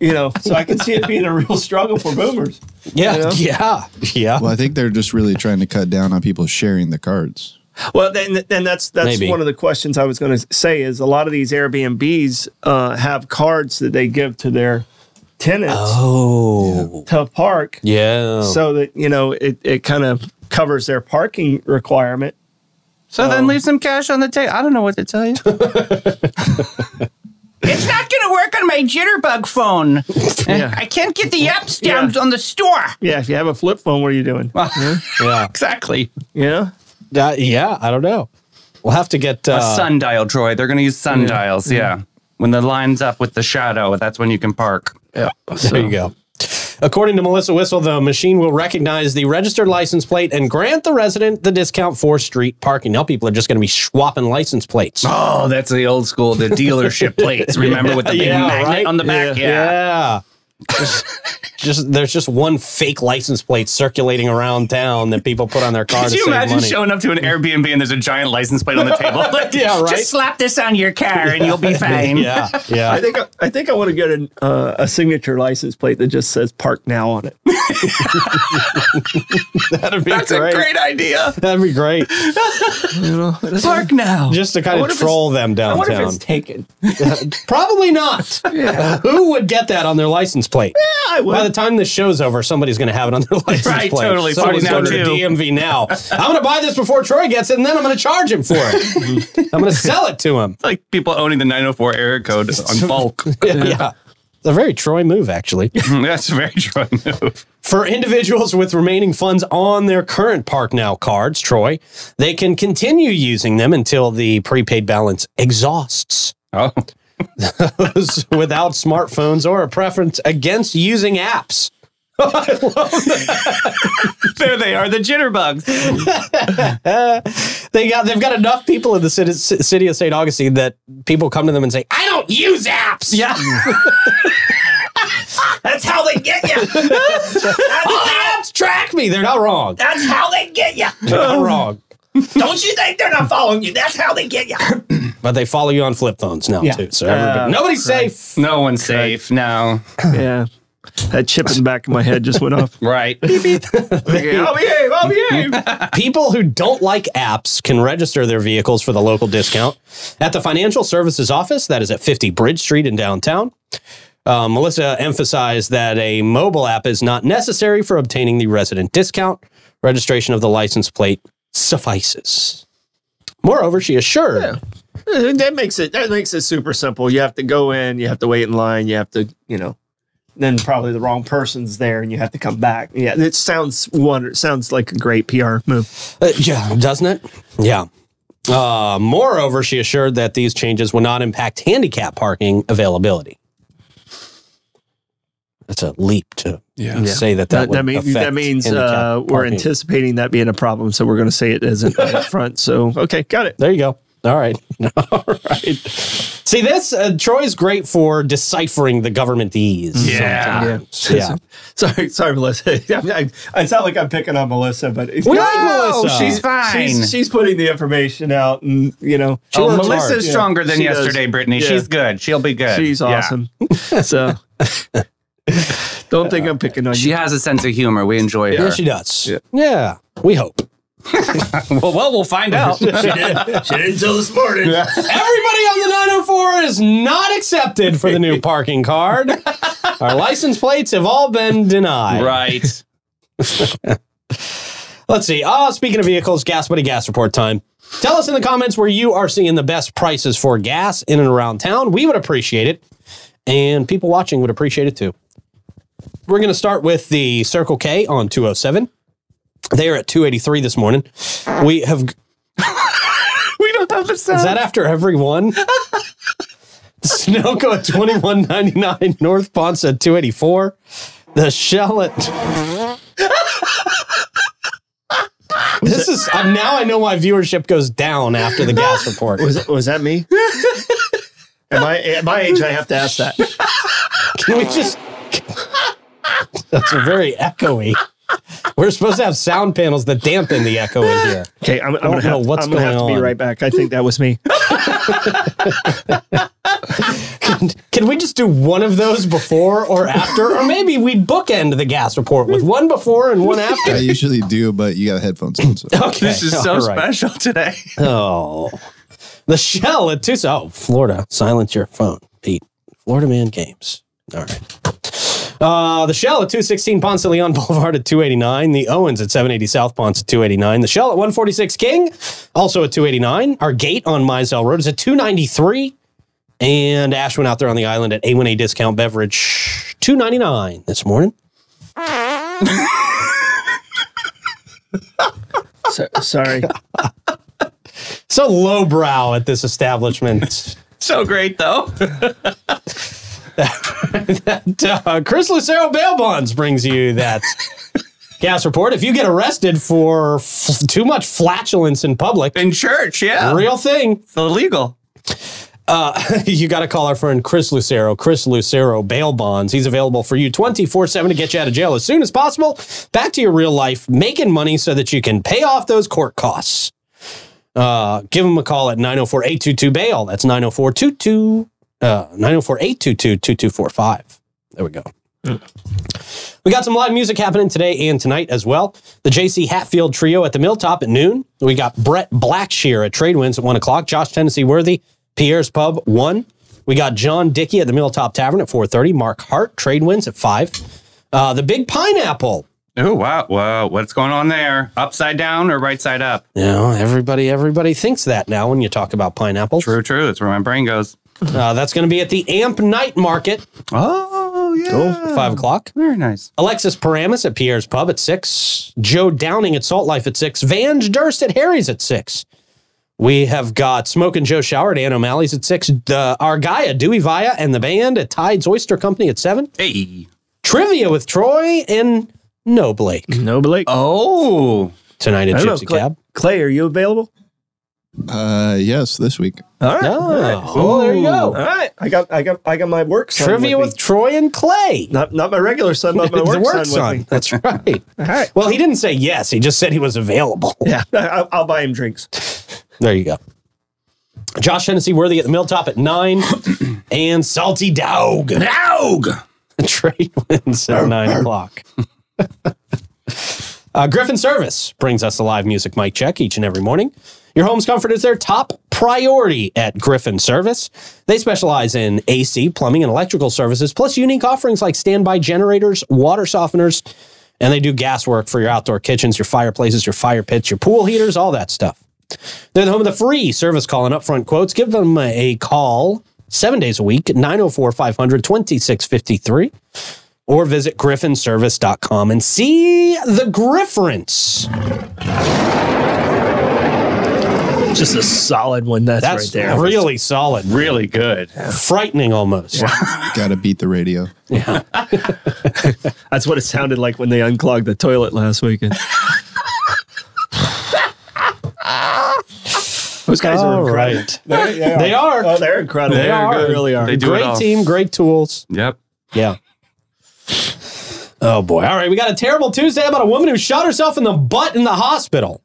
Speaker 3: you know, so I can see it being a real struggle for boomers.
Speaker 1: yeah,
Speaker 3: you know?
Speaker 1: [laughs] yeah. Yeah.
Speaker 4: well, I think they're just really trying to cut down on people sharing the cards.
Speaker 3: Well, then, then that's that's
Speaker 1: Maybe.
Speaker 3: one of the questions I was going to say is a lot of these Airbnbs uh, have cards that they give to their tenants
Speaker 1: Oh.
Speaker 3: to park.
Speaker 1: Yeah.
Speaker 3: so that you know it, it kind of covers their parking requirement
Speaker 2: So then leave some cash on the table. I don't know what to tell you. [laughs] it's not going to work on my jitterbug [laughs] phone.
Speaker 3: Yeah.
Speaker 2: I can't get the apps down
Speaker 3: Yeah.
Speaker 2: on the store.
Speaker 3: yeah if you have a flip phone what are you doing
Speaker 1: yeah.
Speaker 2: Exactly.
Speaker 3: yeah
Speaker 1: That- yeah. I don't know. We'll have to get
Speaker 2: A
Speaker 1: uh,
Speaker 2: sundial, Troy. They're going to use sundials. Yeah. When the line's up with the shadow, that's when you can park.
Speaker 1: There you go. According to Melissa Whistle, the machine will recognize the registered license plate and grant the resident the discount for street parking. Now people are just going to be swapping license plates.
Speaker 2: Oh, that's the old school, the [laughs] dealership plates. Remember with the big magnet
Speaker 1: right?
Speaker 2: on the back?
Speaker 1: Yeah. just, just there's just one fake license plate circulating around town that people put on their car.
Speaker 2: Could
Speaker 1: to
Speaker 2: you
Speaker 1: save
Speaker 2: imagine
Speaker 1: money.
Speaker 2: showing up to an Airbnb and there's a giant license plate on the [laughs] table?
Speaker 1: [laughs]
Speaker 2: Like,
Speaker 1: Yeah, right?
Speaker 2: Just slap this on your car and you'll be fine.
Speaker 1: Yeah,
Speaker 3: i
Speaker 1: yeah.
Speaker 3: think i, I think i want to get an, uh, a signature license plate that just says park now on it
Speaker 1: [laughs]
Speaker 3: [laughs]
Speaker 1: That'd be
Speaker 2: That's
Speaker 1: great.
Speaker 2: a great idea.
Speaker 1: That'd be great.
Speaker 2: Park now.
Speaker 1: Just to kind
Speaker 3: wonder
Speaker 1: of
Speaker 3: if it's-
Speaker 1: troll them
Speaker 3: i wonder if
Speaker 1: downtown.
Speaker 3: it's taken
Speaker 1: [laughs] Probably not. Who would get that on their license plate?
Speaker 3: i
Speaker 1: By the
Speaker 3: would
Speaker 1: time this show's over, somebody's going to have it on their [laughs] license
Speaker 2: Right,
Speaker 1: plate.
Speaker 2: totally.
Speaker 1: Somebody's
Speaker 2: Fuck now,
Speaker 1: going to the
Speaker 2: too.
Speaker 1: DMV now. I'm going to buy this before Troy gets it, and then I'm going to charge him for
Speaker 2: [laughs]
Speaker 1: it. I'm going to sell it to him.
Speaker 2: like people owning the 904 error [laughs] code on bulk.
Speaker 1: Yeah, [laughs] yeah. It's a very Troy move, actually.
Speaker 2: That's a very true move.
Speaker 1: [laughs] For individuals with remaining funds on their current Park Now cards, Troy, they can continue using them until the prepaid balance exhausts.
Speaker 2: [laughs]
Speaker 1: [laughs]
Speaker 2: Oh,
Speaker 1: Those without smartphones or a preference against using apps.
Speaker 2: there they are, the jitterbugs.
Speaker 1: They got they've got enough people in the city, city of St. Augustine that people come to them and say, "I don't use apps." Yeah.
Speaker 6: That's how they get you.
Speaker 1: Oh, [laughs] apps track me. They're not wrong.
Speaker 6: That's how they get you.
Speaker 1: They're not wrong.
Speaker 6: Don't you think they're not following you? That's how they get you.
Speaker 1: [clears throat] But they follow you on flip phones now too. So everybody,
Speaker 3: Uh,
Speaker 1: nobody's safe.
Speaker 2: No one's safe. No.
Speaker 3: yeah that chip in the back of my head just went off
Speaker 2: Right.
Speaker 3: okay, i'll behave i'll behave
Speaker 1: People who don't like apps can register their vehicles for the local discount at the financial services office that is at 50 Bridge Street in downtown. Uh, Melissa emphasized that a mobile app is not necessary for obtaining the resident discount. Registration of the license plate suffices. Moreover, she assured
Speaker 3: Uh, that makes it that makes it super simple you have to go in you have to wait in line you have to you know then probably the wrong person's there and you have to come back yeah it sounds wonder sounds like a great pr move
Speaker 1: Uh, yeah, doesn't it? Yeah. Uh, moreover, she assured that these changes will not impact handicap parking availability. That's a leap to say that that,
Speaker 3: That, that,
Speaker 1: would
Speaker 3: mean, that
Speaker 1: affect
Speaker 3: means
Speaker 1: handicap
Speaker 3: uh, we're
Speaker 1: parking.
Speaker 3: anticipating that being a problem, so we're going
Speaker 2: [laughs]
Speaker 3: to say it isn't right up front. So, okay, got it.
Speaker 1: [laughs] There you go. All right. All right. See, this uh, Troy's great for deciphering the governmentese.
Speaker 2: Yeah.
Speaker 1: sometimes. yeah.
Speaker 3: [laughs] Sorry, sorry, Melissa. [laughs] I, I, I sound like I'm picking on Melissa, but it's
Speaker 1: We like Melissa.
Speaker 2: she's fine.
Speaker 3: She's, she's putting the information out, and you know
Speaker 1: She
Speaker 2: oh,
Speaker 1: works
Speaker 2: Melissa's
Speaker 1: hard.
Speaker 2: stronger than
Speaker 3: She does.
Speaker 2: yesterday, Brittany.
Speaker 3: Yeah.
Speaker 2: She's good. She'll be good.
Speaker 3: she's
Speaker 2: Yeah. [laughs]
Speaker 3: awesome. so don't think I'm picking on
Speaker 2: She
Speaker 3: you.
Speaker 2: has a sense of humor. We enjoy
Speaker 1: Yeah,
Speaker 2: her.
Speaker 1: she does. Yeah. we hope.
Speaker 2: well, well, we'll find out.
Speaker 3: She didn't until this morning.
Speaker 1: Everybody on the 904 is not accepted for the new parking card. Our license plates have all been denied.
Speaker 2: right.
Speaker 1: Let's see. Ah, speaking of vehicles, gas buddy gas report time. Tell us in the comments where you are seeing the best prices for gas in and around town. We would appreciate it. And people watching would appreciate it too. We're going to start with the Circle K on 207. They are at 283 this morning. We have. [laughs] we don't have the sound. Is that after every [laughs] one? Sunoco at 2199, North Ponce at 284. The Shell [laughs] at This is I'm, now I know my viewership goes down after the gas report.
Speaker 3: [laughs] Was, was that [laughs] me? at, my, at my age, I have to ask that.
Speaker 1: Can we
Speaker 2: Oh.
Speaker 1: just? [laughs] That's very echoey. We're supposed to have sound panels that dampen the echo in here.
Speaker 3: Okay, I'm,
Speaker 1: don't
Speaker 3: I'm gonna
Speaker 1: know
Speaker 3: have,
Speaker 1: what's
Speaker 3: I'm gonna have
Speaker 1: going
Speaker 3: to be
Speaker 1: on.
Speaker 3: right back. I think that was me.
Speaker 1: Can, can we just do one of those before or after, or maybe we bookend the gas report with one before and one
Speaker 4: I
Speaker 1: after?
Speaker 4: usually do, but you got headphones
Speaker 1: [laughs]
Speaker 4: on. So.
Speaker 1: Okay,
Speaker 2: [laughs] [laughs] This is so
Speaker 1: all right.
Speaker 2: special today.
Speaker 1: Oh, the shell at Tucson. Oh, Florida. Silence your phone, Pete. Florida Man Games. All right. Uh, the Shell at 216 Ponce de Leon [laughs] Boulevard at 289. The Owens at 780 South Ponce at 289. The Shell at 146 King, also at 289. Our gate on Mizell Road is at 293. And Ashwin out there on the island at A1A Discount Beverage 299 this morning.
Speaker 3: So, sorry.
Speaker 1: So lowbrow at this establishment. [laughs]
Speaker 2: So great, though.
Speaker 1: [laughs] uh, Chris Lucero bail bonds brings you
Speaker 2: [laughs]
Speaker 1: that gas report. If you get arrested for f- too much flatulence in public,
Speaker 2: In church, yeah.
Speaker 1: real thing, Uh,
Speaker 2: It's illegal.
Speaker 1: [laughs] you got to call our friend Chris Lucero. Chris Lucero bail bonds. He's available for you 24 7 to get you out of jail as soon as possible. Back to your real life, making money so that you can pay off those court costs. Uh, give him a call at 904 822 bail. That's 904 uh, 904 822 2245. There we go. We got some live music happening today and tonight as well. The JC Hatfield Trio at the Milltop at noon. We got Brett Blackshear at Tradewinds at 1 o'clock. Josh Tennessee Worthy, Pierre's Pub, 1. We got John Dickey at the Milltop Tavern at 4.30. Mark Hart, Tradewinds at 5. Uh, the Big Pineapple.
Speaker 2: Oh, wow. Wow. What's going on there? Upside down or right side up?
Speaker 1: You know, everybody, everybody thinks that now when you talk about pineapples.
Speaker 2: True, true. That's where my brain goes.
Speaker 1: Uh, that's going to be at the Amp Night Market,
Speaker 2: Oh, yeah.
Speaker 1: 5 o'clock.
Speaker 2: Very nice.
Speaker 1: Alexis Paramus at Pierre's Pub at six. Joe Downing at Salt Life at six. Vange Durst at Harry's at six. We have got Smoke and Joe Shower at Ann O'Malley's at six. The, our guy at Dewey Via and the band at Tide's Oyster Company at seven.
Speaker 2: Hey.
Speaker 1: Trivia with Troy and No Blake
Speaker 3: No, Blake.
Speaker 2: Oh.
Speaker 1: tonight at
Speaker 3: I don't know,
Speaker 1: Gypsy
Speaker 3: Clay,
Speaker 1: Cab.
Speaker 3: Clay, are you available?
Speaker 4: Uh, yes, this week.
Speaker 3: All right.
Speaker 1: Oh, well, there you
Speaker 3: All
Speaker 1: go.
Speaker 3: right. I got I got I got my work son.
Speaker 1: Trivia
Speaker 3: with,
Speaker 1: with
Speaker 3: me.
Speaker 1: Troy and Clay.
Speaker 3: not not my regular son, but
Speaker 1: [laughs]
Speaker 3: my
Speaker 1: The
Speaker 3: work,
Speaker 1: work
Speaker 3: son.
Speaker 1: son.
Speaker 3: With
Speaker 1: That's right.
Speaker 3: me. All right.
Speaker 1: Well, he didn't say yes. He just said he was available.
Speaker 3: [laughs] Yeah, I'll, I'll buy him drinks.
Speaker 1: There you go. Josh Hennessy Worthy at the Milltop at nine, and Salty Dog.
Speaker 2: Dog.
Speaker 1: [laughs] Trade wins at nine o'clock. [laughs] uh, Griffin Service brings us the live music mic check each and every morning. Your home's comfort is their top priority at Griffin Service. They specialize in AC, plumbing, and electrical services, plus unique offerings like standby generators, water softeners, and they do gas work for your outdoor kitchens, your fireplaces, your fire pits, your pool heaters, all that stuff. They're the home of the free service call and upfront quotes. Give them a call seven days a week, 904 500 2653, or visit griffinservice.com and see the Griffrence.
Speaker 3: Just a solid one.
Speaker 1: That's really solid,
Speaker 2: Really good.
Speaker 1: frightening almost.
Speaker 4: Got to beat the radio.
Speaker 3: That's what it sounded like when they unclogged
Speaker 1: [laughs]
Speaker 3: the toilet last weekend. Those guys are
Speaker 1: All
Speaker 3: incredible.
Speaker 1: right.
Speaker 3: They, they
Speaker 1: They are.
Speaker 3: Oh, they're incredible.
Speaker 1: They are.
Speaker 3: good.
Speaker 1: really are.
Speaker 2: Oh, They do it
Speaker 1: great
Speaker 2: all.
Speaker 1: team, great tools.
Speaker 2: Yep.
Speaker 1: Yeah. Oh boy. All right, we got a terrible Tuesday about a woman who shot herself in the butt in the hospital.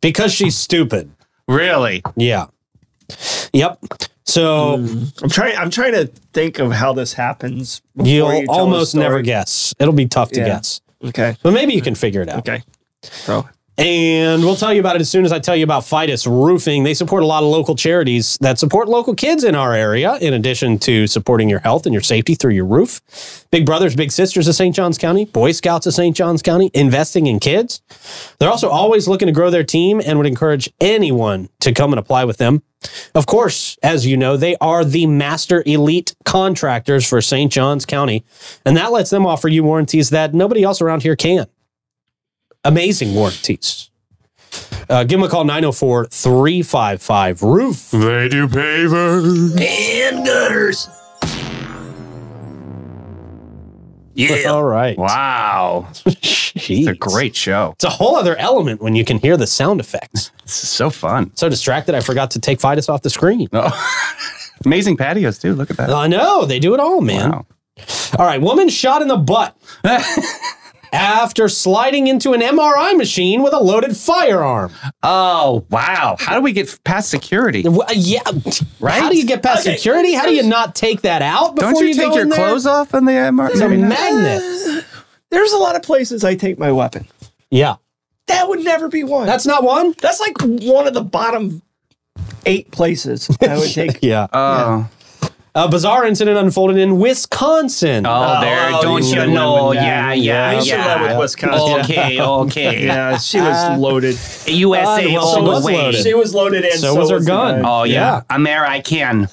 Speaker 1: Because she's stupid.
Speaker 2: Really?
Speaker 1: Yeah. Yep. So
Speaker 3: I'm trying. I'm trying to think of how this happens. before
Speaker 1: you'll
Speaker 3: you tell the
Speaker 1: almost
Speaker 3: story.
Speaker 1: never guess. It'll be tough to
Speaker 3: Yeah.
Speaker 1: guess.
Speaker 3: Okay.
Speaker 1: But maybe you can figure it out.
Speaker 3: Okay. So
Speaker 1: And we'll tell you about it as soon as I tell you about Fidus Roofing. They support a lot of local charities that support local kids in our area, in addition to supporting your health and your safety through your roof. Big Brothers, Big Sisters of St. John's County, Boy Scouts of St. John's County, investing in kids. They're also always looking to grow their team and would encourage anyone to come and apply with them. Of course, as you know, they are the master elite contractors for St. John's County, and that lets them offer you warranties that nobody else around here can amazing warranties. Uh, give them a call 904 355 Roof.
Speaker 2: They do pavers.
Speaker 1: All right. [laughs]
Speaker 2: Wow.
Speaker 1: Jeez.
Speaker 2: It's a great show.
Speaker 1: It's a whole other element when you can hear the sound effects.
Speaker 2: It's so fun.
Speaker 1: so distracted, I forgot to take Fidus off the screen.
Speaker 2: Amazing patios, too. Look at that.
Speaker 1: I know. They do it all, man.
Speaker 2: Wow.
Speaker 1: All right. Woman shot in the butt after sliding into an MRI machine with a loaded firearm.
Speaker 2: [laughs] Oh, wow. How do we get f- past security?
Speaker 1: W- uh, Yeah.
Speaker 2: Right?
Speaker 1: How do you get past security? How do you not take that out before
Speaker 2: Don't you,
Speaker 1: go
Speaker 2: take your
Speaker 1: in there?
Speaker 2: clothes off in the MR?
Speaker 1: It's a
Speaker 2: Maybe not.
Speaker 1: magnet.
Speaker 3: there's a lot of places I take my weapon.
Speaker 1: Yeah.
Speaker 3: That would never be one.
Speaker 1: That's not one?
Speaker 3: that's like one of the bottom eight places
Speaker 1: [laughs]
Speaker 3: I would take.
Speaker 1: Yeah.
Speaker 2: Oh,
Speaker 1: A bizarre incident unfolded in Wisconsin.
Speaker 2: oh, there.
Speaker 3: oh,
Speaker 2: don't
Speaker 3: you
Speaker 2: you
Speaker 3: should've
Speaker 2: know?
Speaker 3: known that.
Speaker 2: Yeah,
Speaker 3: I
Speaker 2: yeah,
Speaker 3: should have went
Speaker 2: yeah.
Speaker 3: with Wisconsin. [laughs]
Speaker 1: [laughs]
Speaker 2: Okay, okay.
Speaker 3: Yeah, she [laughs] was loaded.
Speaker 2: USA
Speaker 1: God, well, she
Speaker 2: all
Speaker 1: was
Speaker 2: the way.
Speaker 1: loaded.
Speaker 3: She was loaded, and
Speaker 1: So
Speaker 3: so,
Speaker 1: was her gun.
Speaker 2: Oh yeah.
Speaker 1: Yeah.
Speaker 2: I'm there. I can.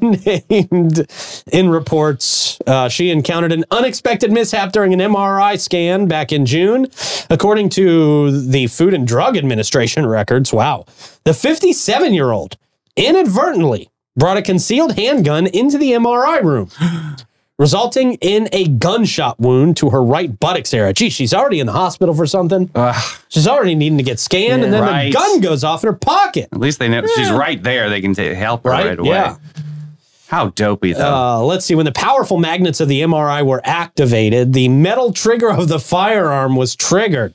Speaker 1: named in reports. Uh, she encountered an unexpected mishap during an MRI scan back in June. According to the Food and Drug Administration records, wow, the 57 year old inadvertently brought a concealed handgun into the MRI room. [gasps] Resulting in a gunshot wound to her right buttocks area. Gee, she's already in the hospital for something. she's already needing to get scanned, and then
Speaker 2: Right.
Speaker 1: the gun goes off in her pocket.
Speaker 2: At least they know she's right there. They can ta- help her right,
Speaker 1: Right?
Speaker 2: away.
Speaker 1: Yeah.
Speaker 2: How dopey though.
Speaker 1: Uh, let's see. When the powerful magnets of the MRI were activated, the metal trigger of the firearm was triggered,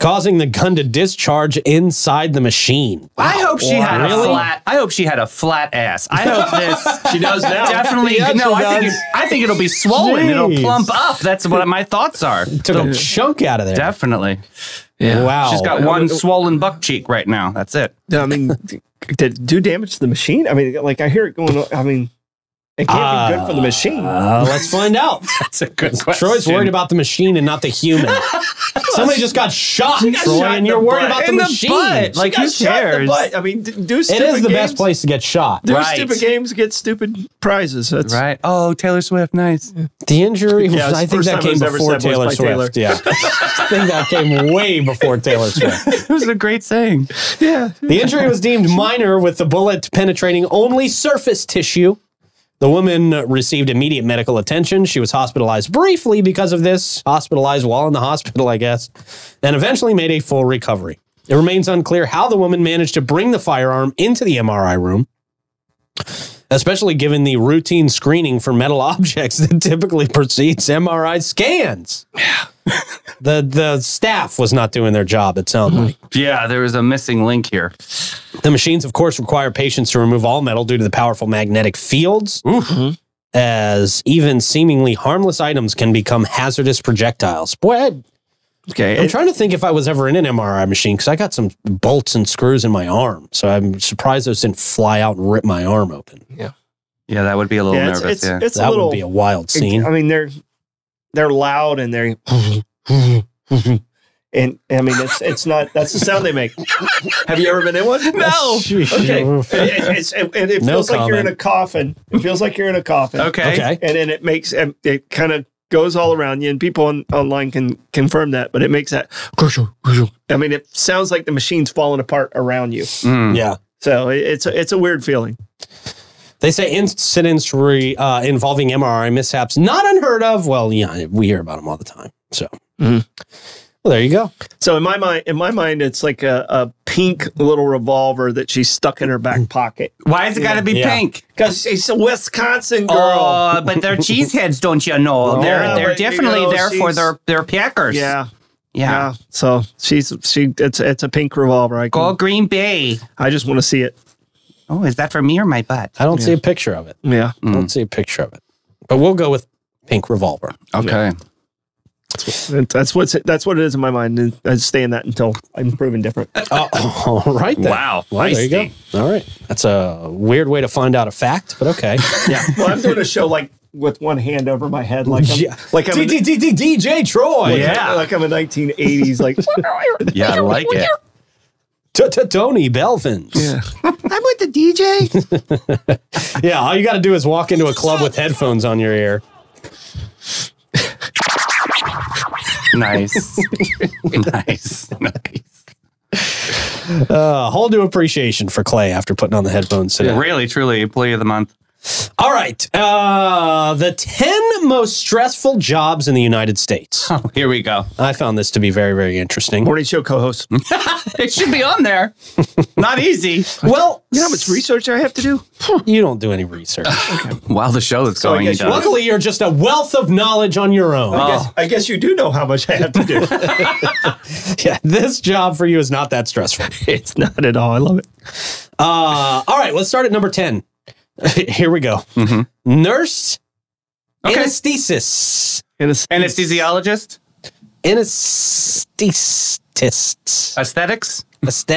Speaker 1: causing the gun to discharge inside the machine.
Speaker 2: I hope she had
Speaker 1: Really?
Speaker 2: a flat. I hope she had a flat ass. I hope this. she does now. Definitely.
Speaker 1: Yeah,
Speaker 2: no,
Speaker 1: she
Speaker 2: I think.
Speaker 1: does.
Speaker 2: It, I think it'll be swollen. It'll
Speaker 1: Jeez.
Speaker 2: plump up. That's what my thoughts are.
Speaker 1: Took a chunk out of there.
Speaker 2: Definitely.
Speaker 1: Wow.
Speaker 2: She's got one swollen buck cheek right now. That's it.
Speaker 3: No, I mean, d- to do damage to the machine. I mean, like I hear it going. on- I mean, it can't be good for the machine.
Speaker 1: Uh, let's find
Speaker 3: [laughs]
Speaker 1: out.
Speaker 2: That's a good
Speaker 1: Troy's worried about the machine and not the human. Somebody just got shot, Troy,
Speaker 3: shot in
Speaker 1: and you're
Speaker 3: the
Speaker 1: worried
Speaker 3: butt.
Speaker 1: about the
Speaker 2: In the
Speaker 1: machine.
Speaker 2: butt. Like,
Speaker 3: She got
Speaker 2: who
Speaker 3: shot in the
Speaker 2: cares?
Speaker 3: butt. I mean, d- do
Speaker 1: it
Speaker 3: stupid
Speaker 1: is the best
Speaker 3: games.
Speaker 1: place to get shot.
Speaker 3: Do
Speaker 2: Right.
Speaker 3: stupid games get stupid prizes. That's
Speaker 2: Right. Oh, Taylor Swift. Nice.
Speaker 1: The injury was,
Speaker 3: Yeah, it's
Speaker 1: I
Speaker 3: the
Speaker 1: think
Speaker 3: first
Speaker 1: that
Speaker 3: time it
Speaker 1: came
Speaker 3: was ever
Speaker 1: before
Speaker 3: said was
Speaker 1: Taylor
Speaker 3: by Taylor.
Speaker 1: Swift. Yeah. [laughs] I think that came way before Taylor Swift.
Speaker 2: It was a great saying.
Speaker 1: The injury was deemed minor, with the bullet penetrating only surface tissue. The woman received immediate medical attention. She was hospitalized briefly because of this, hospitalized while in the hospital, I guess, and eventually made a full recovery. It remains unclear how the woman managed to bring the firearm into the MRI room, especially given the routine screening for metal [laughs] objects that typically precedes MRI scans. The the staff was not doing their job, it sounded like.
Speaker 2: [laughs] Yeah, there was a missing link here.
Speaker 1: The machines, of course, require patients to remove all metal due to the powerful magnetic fields, as even seemingly harmless items can become hazardous projectiles. Boy, I, am
Speaker 3: Okay. It,
Speaker 1: trying to think if I was ever in an MRI machine because I got some bolts and screws in my arm, so I'm surprised those didn't fly out and rip my arm open.
Speaker 2: Yeah, that would be a little
Speaker 3: yeah, it's,
Speaker 2: nervous.
Speaker 3: it's,
Speaker 2: yeah.
Speaker 3: it's
Speaker 1: that
Speaker 3: a little. uh,
Speaker 1: would be a wild
Speaker 3: it-
Speaker 1: scene.
Speaker 3: I mean, they're they're loud and they're [laughs] and I mean it's it's not that's the sound they make. Have you ever been in one?
Speaker 1: [laughs]
Speaker 3: No. Okay. It, it's, and it
Speaker 1: No
Speaker 3: feels like you're in
Speaker 1: comment.
Speaker 3: a coffin. It feels like you're in a coffin.
Speaker 2: okay.
Speaker 1: okay,
Speaker 3: And then it makes and it kind of goes all around you, and people on, online can confirm that. But it makes that. I mean, it sounds like the machine's falling apart around you.
Speaker 2: Mm.
Speaker 1: yeah.
Speaker 3: So it, it's a, it's a weird feeling.
Speaker 1: They say incidents re, uh, involving MRI mishaps not unheard of. Well, yeah, we hear about them all the time. So, Well, there you go.
Speaker 3: So in my mind, in my mind, it's like a, a pink little revolver that she stuck in her back pocket
Speaker 2: Why is it gotta be
Speaker 1: Yeah.
Speaker 2: pink?
Speaker 3: because she's a Wisconsin girl.
Speaker 2: Oh, but they're cheeseheads, don't you
Speaker 3: [laughs]
Speaker 2: know? they're
Speaker 3: Yeah,
Speaker 2: they're
Speaker 3: but, you
Speaker 2: definitely
Speaker 3: know,
Speaker 2: there for
Speaker 3: she's-
Speaker 2: their their peckers.
Speaker 3: yeah,
Speaker 2: yeah.
Speaker 3: yeah. So she's she. It's it's a pink revolver. I
Speaker 2: Go
Speaker 3: can,
Speaker 2: Green Bay.
Speaker 3: I just want to see it.
Speaker 2: Oh, is that for me or my butt?
Speaker 1: I don't see a picture of it.
Speaker 3: Yeah,
Speaker 1: I don't see a picture of it. But we'll go with pink revolver.
Speaker 2: Okay.
Speaker 3: That- that's what's that's what it is in my mind. And I stay in that until I'm proven different.
Speaker 1: Oh, [laughs] all right then.
Speaker 2: Wow,
Speaker 1: Well, there you go. All right. That's a weird way to find out a fact, but [laughs] okay.
Speaker 3: yeah. Well, I'm doing a show like with one hand over my head, like I'm,
Speaker 1: Yeah.
Speaker 3: like I'm in-
Speaker 1: DJ Troy.
Speaker 3: [laughs] like- like I'm a 1980s like.
Speaker 2: Yeah, I like it.
Speaker 1: Tony Belvins. Yeah.
Speaker 3: [laughs] I'm with the DJ.
Speaker 1: [laughs] yeah, all you got to do is walk into a club with headphones on your ear.
Speaker 2: [laughs] Nice. nice. Nice.
Speaker 1: A whole new appreciation for Clay after putting on the headphones today.
Speaker 2: [laughs] Really, truly, employee of the month.
Speaker 1: All right. Uh, the 10 most stressful jobs in the United States.
Speaker 2: Oh, here we go. [laughs]
Speaker 1: I found this to be very, very interesting.
Speaker 3: Morning show co-host. You
Speaker 2: It should be on there. Not easy.
Speaker 1: Well,
Speaker 3: know how much research I have to do?
Speaker 1: you don't do any
Speaker 2: [laughs]
Speaker 1: research.
Speaker 2: While the show is
Speaker 3: I
Speaker 2: going,
Speaker 3: guess
Speaker 2: he does.
Speaker 1: Luckily, you're just a wealth of knowledge on your own.
Speaker 2: Oh.
Speaker 3: I, guess, I guess you do know how much I have to do. [laughs]
Speaker 1: yeah, this job for you is not that
Speaker 2: [laughs]
Speaker 1: stressful.
Speaker 3: it's not at all. I love it.
Speaker 1: Uh, all right, let's start at number 10. [laughs] Here we go.
Speaker 2: Mhm.
Speaker 1: Nurse
Speaker 2: Okay.
Speaker 1: anesthesis.
Speaker 2: Anesthesiologist,
Speaker 1: Anesthetist.
Speaker 2: aesthetics,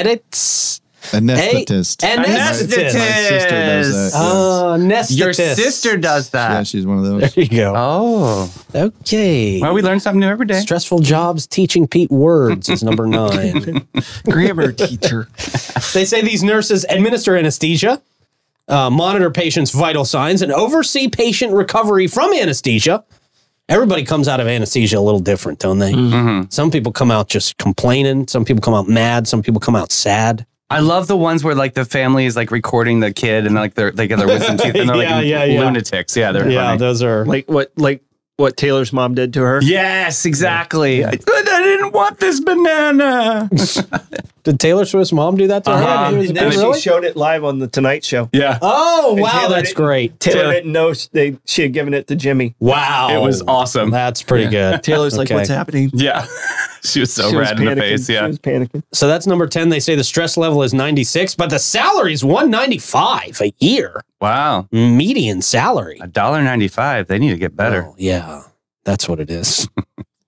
Speaker 1: Aesthetics.
Speaker 4: Anesthetist.
Speaker 1: Anesthetist.
Speaker 4: My sister does that.
Speaker 1: Uh, anesthetist.
Speaker 2: Your sister does
Speaker 4: yeah,
Speaker 2: that.
Speaker 4: she's one of those.
Speaker 1: There you go.
Speaker 2: Oh,
Speaker 1: Okay.
Speaker 2: well, we learn something new every day.
Speaker 1: Stressful jobs teaching Pete words is number nine.
Speaker 3: Grammar teacher.
Speaker 1: they say these nurses administer anesthesia, uh, monitor patients' vital signs, and oversee patient recovery from anesthesia. Everybody comes out of anesthesia a little different, don't they? Mm-hmm. Some people come out just complaining. Some people come out mad. Some people come out sad.
Speaker 2: I love the ones where like the family is like recording the kid and like they're, they get their wisdom teeth and they're like
Speaker 1: [laughs] Yeah, yeah, yeah.
Speaker 2: lunatics. Yeah, they're funny.
Speaker 1: those are
Speaker 3: Like what? Like what Taylor's mom did to her.
Speaker 2: yes, exactly. I, I didn't want
Speaker 1: [laughs]
Speaker 2: this banana.
Speaker 1: Did Taylor Swift's mom do that to
Speaker 2: Uh-huh.
Speaker 1: her? It was a
Speaker 3: And then
Speaker 1: big-
Speaker 3: she
Speaker 1: really?
Speaker 3: Um, showed it live on the Tonight Show.
Speaker 2: yeah,
Speaker 1: Oh
Speaker 3: And
Speaker 1: wow,
Speaker 3: Taylor
Speaker 1: that's
Speaker 3: didn't-
Speaker 1: great!
Speaker 3: Taylor
Speaker 2: Taylor-
Speaker 3: didn't know sh- they she had given it to Jimmy.
Speaker 1: Wow,
Speaker 2: it was awesome.
Speaker 1: That's pretty good.
Speaker 3: Taylor's like,
Speaker 1: Okay.
Speaker 3: "What's happening?"
Speaker 2: yeah, [laughs] she was so
Speaker 3: She was
Speaker 2: red in the
Speaker 3: panicking.
Speaker 2: face.
Speaker 3: She
Speaker 2: Yeah,
Speaker 3: was panicking.
Speaker 1: So that's number ten. They say the stress level is ninety six, but the salary is one ninety five a year
Speaker 2: wow,
Speaker 1: median salary.
Speaker 2: a dollar ninety five. They need to get better.
Speaker 1: Oh, yeah, that's what it is. [laughs]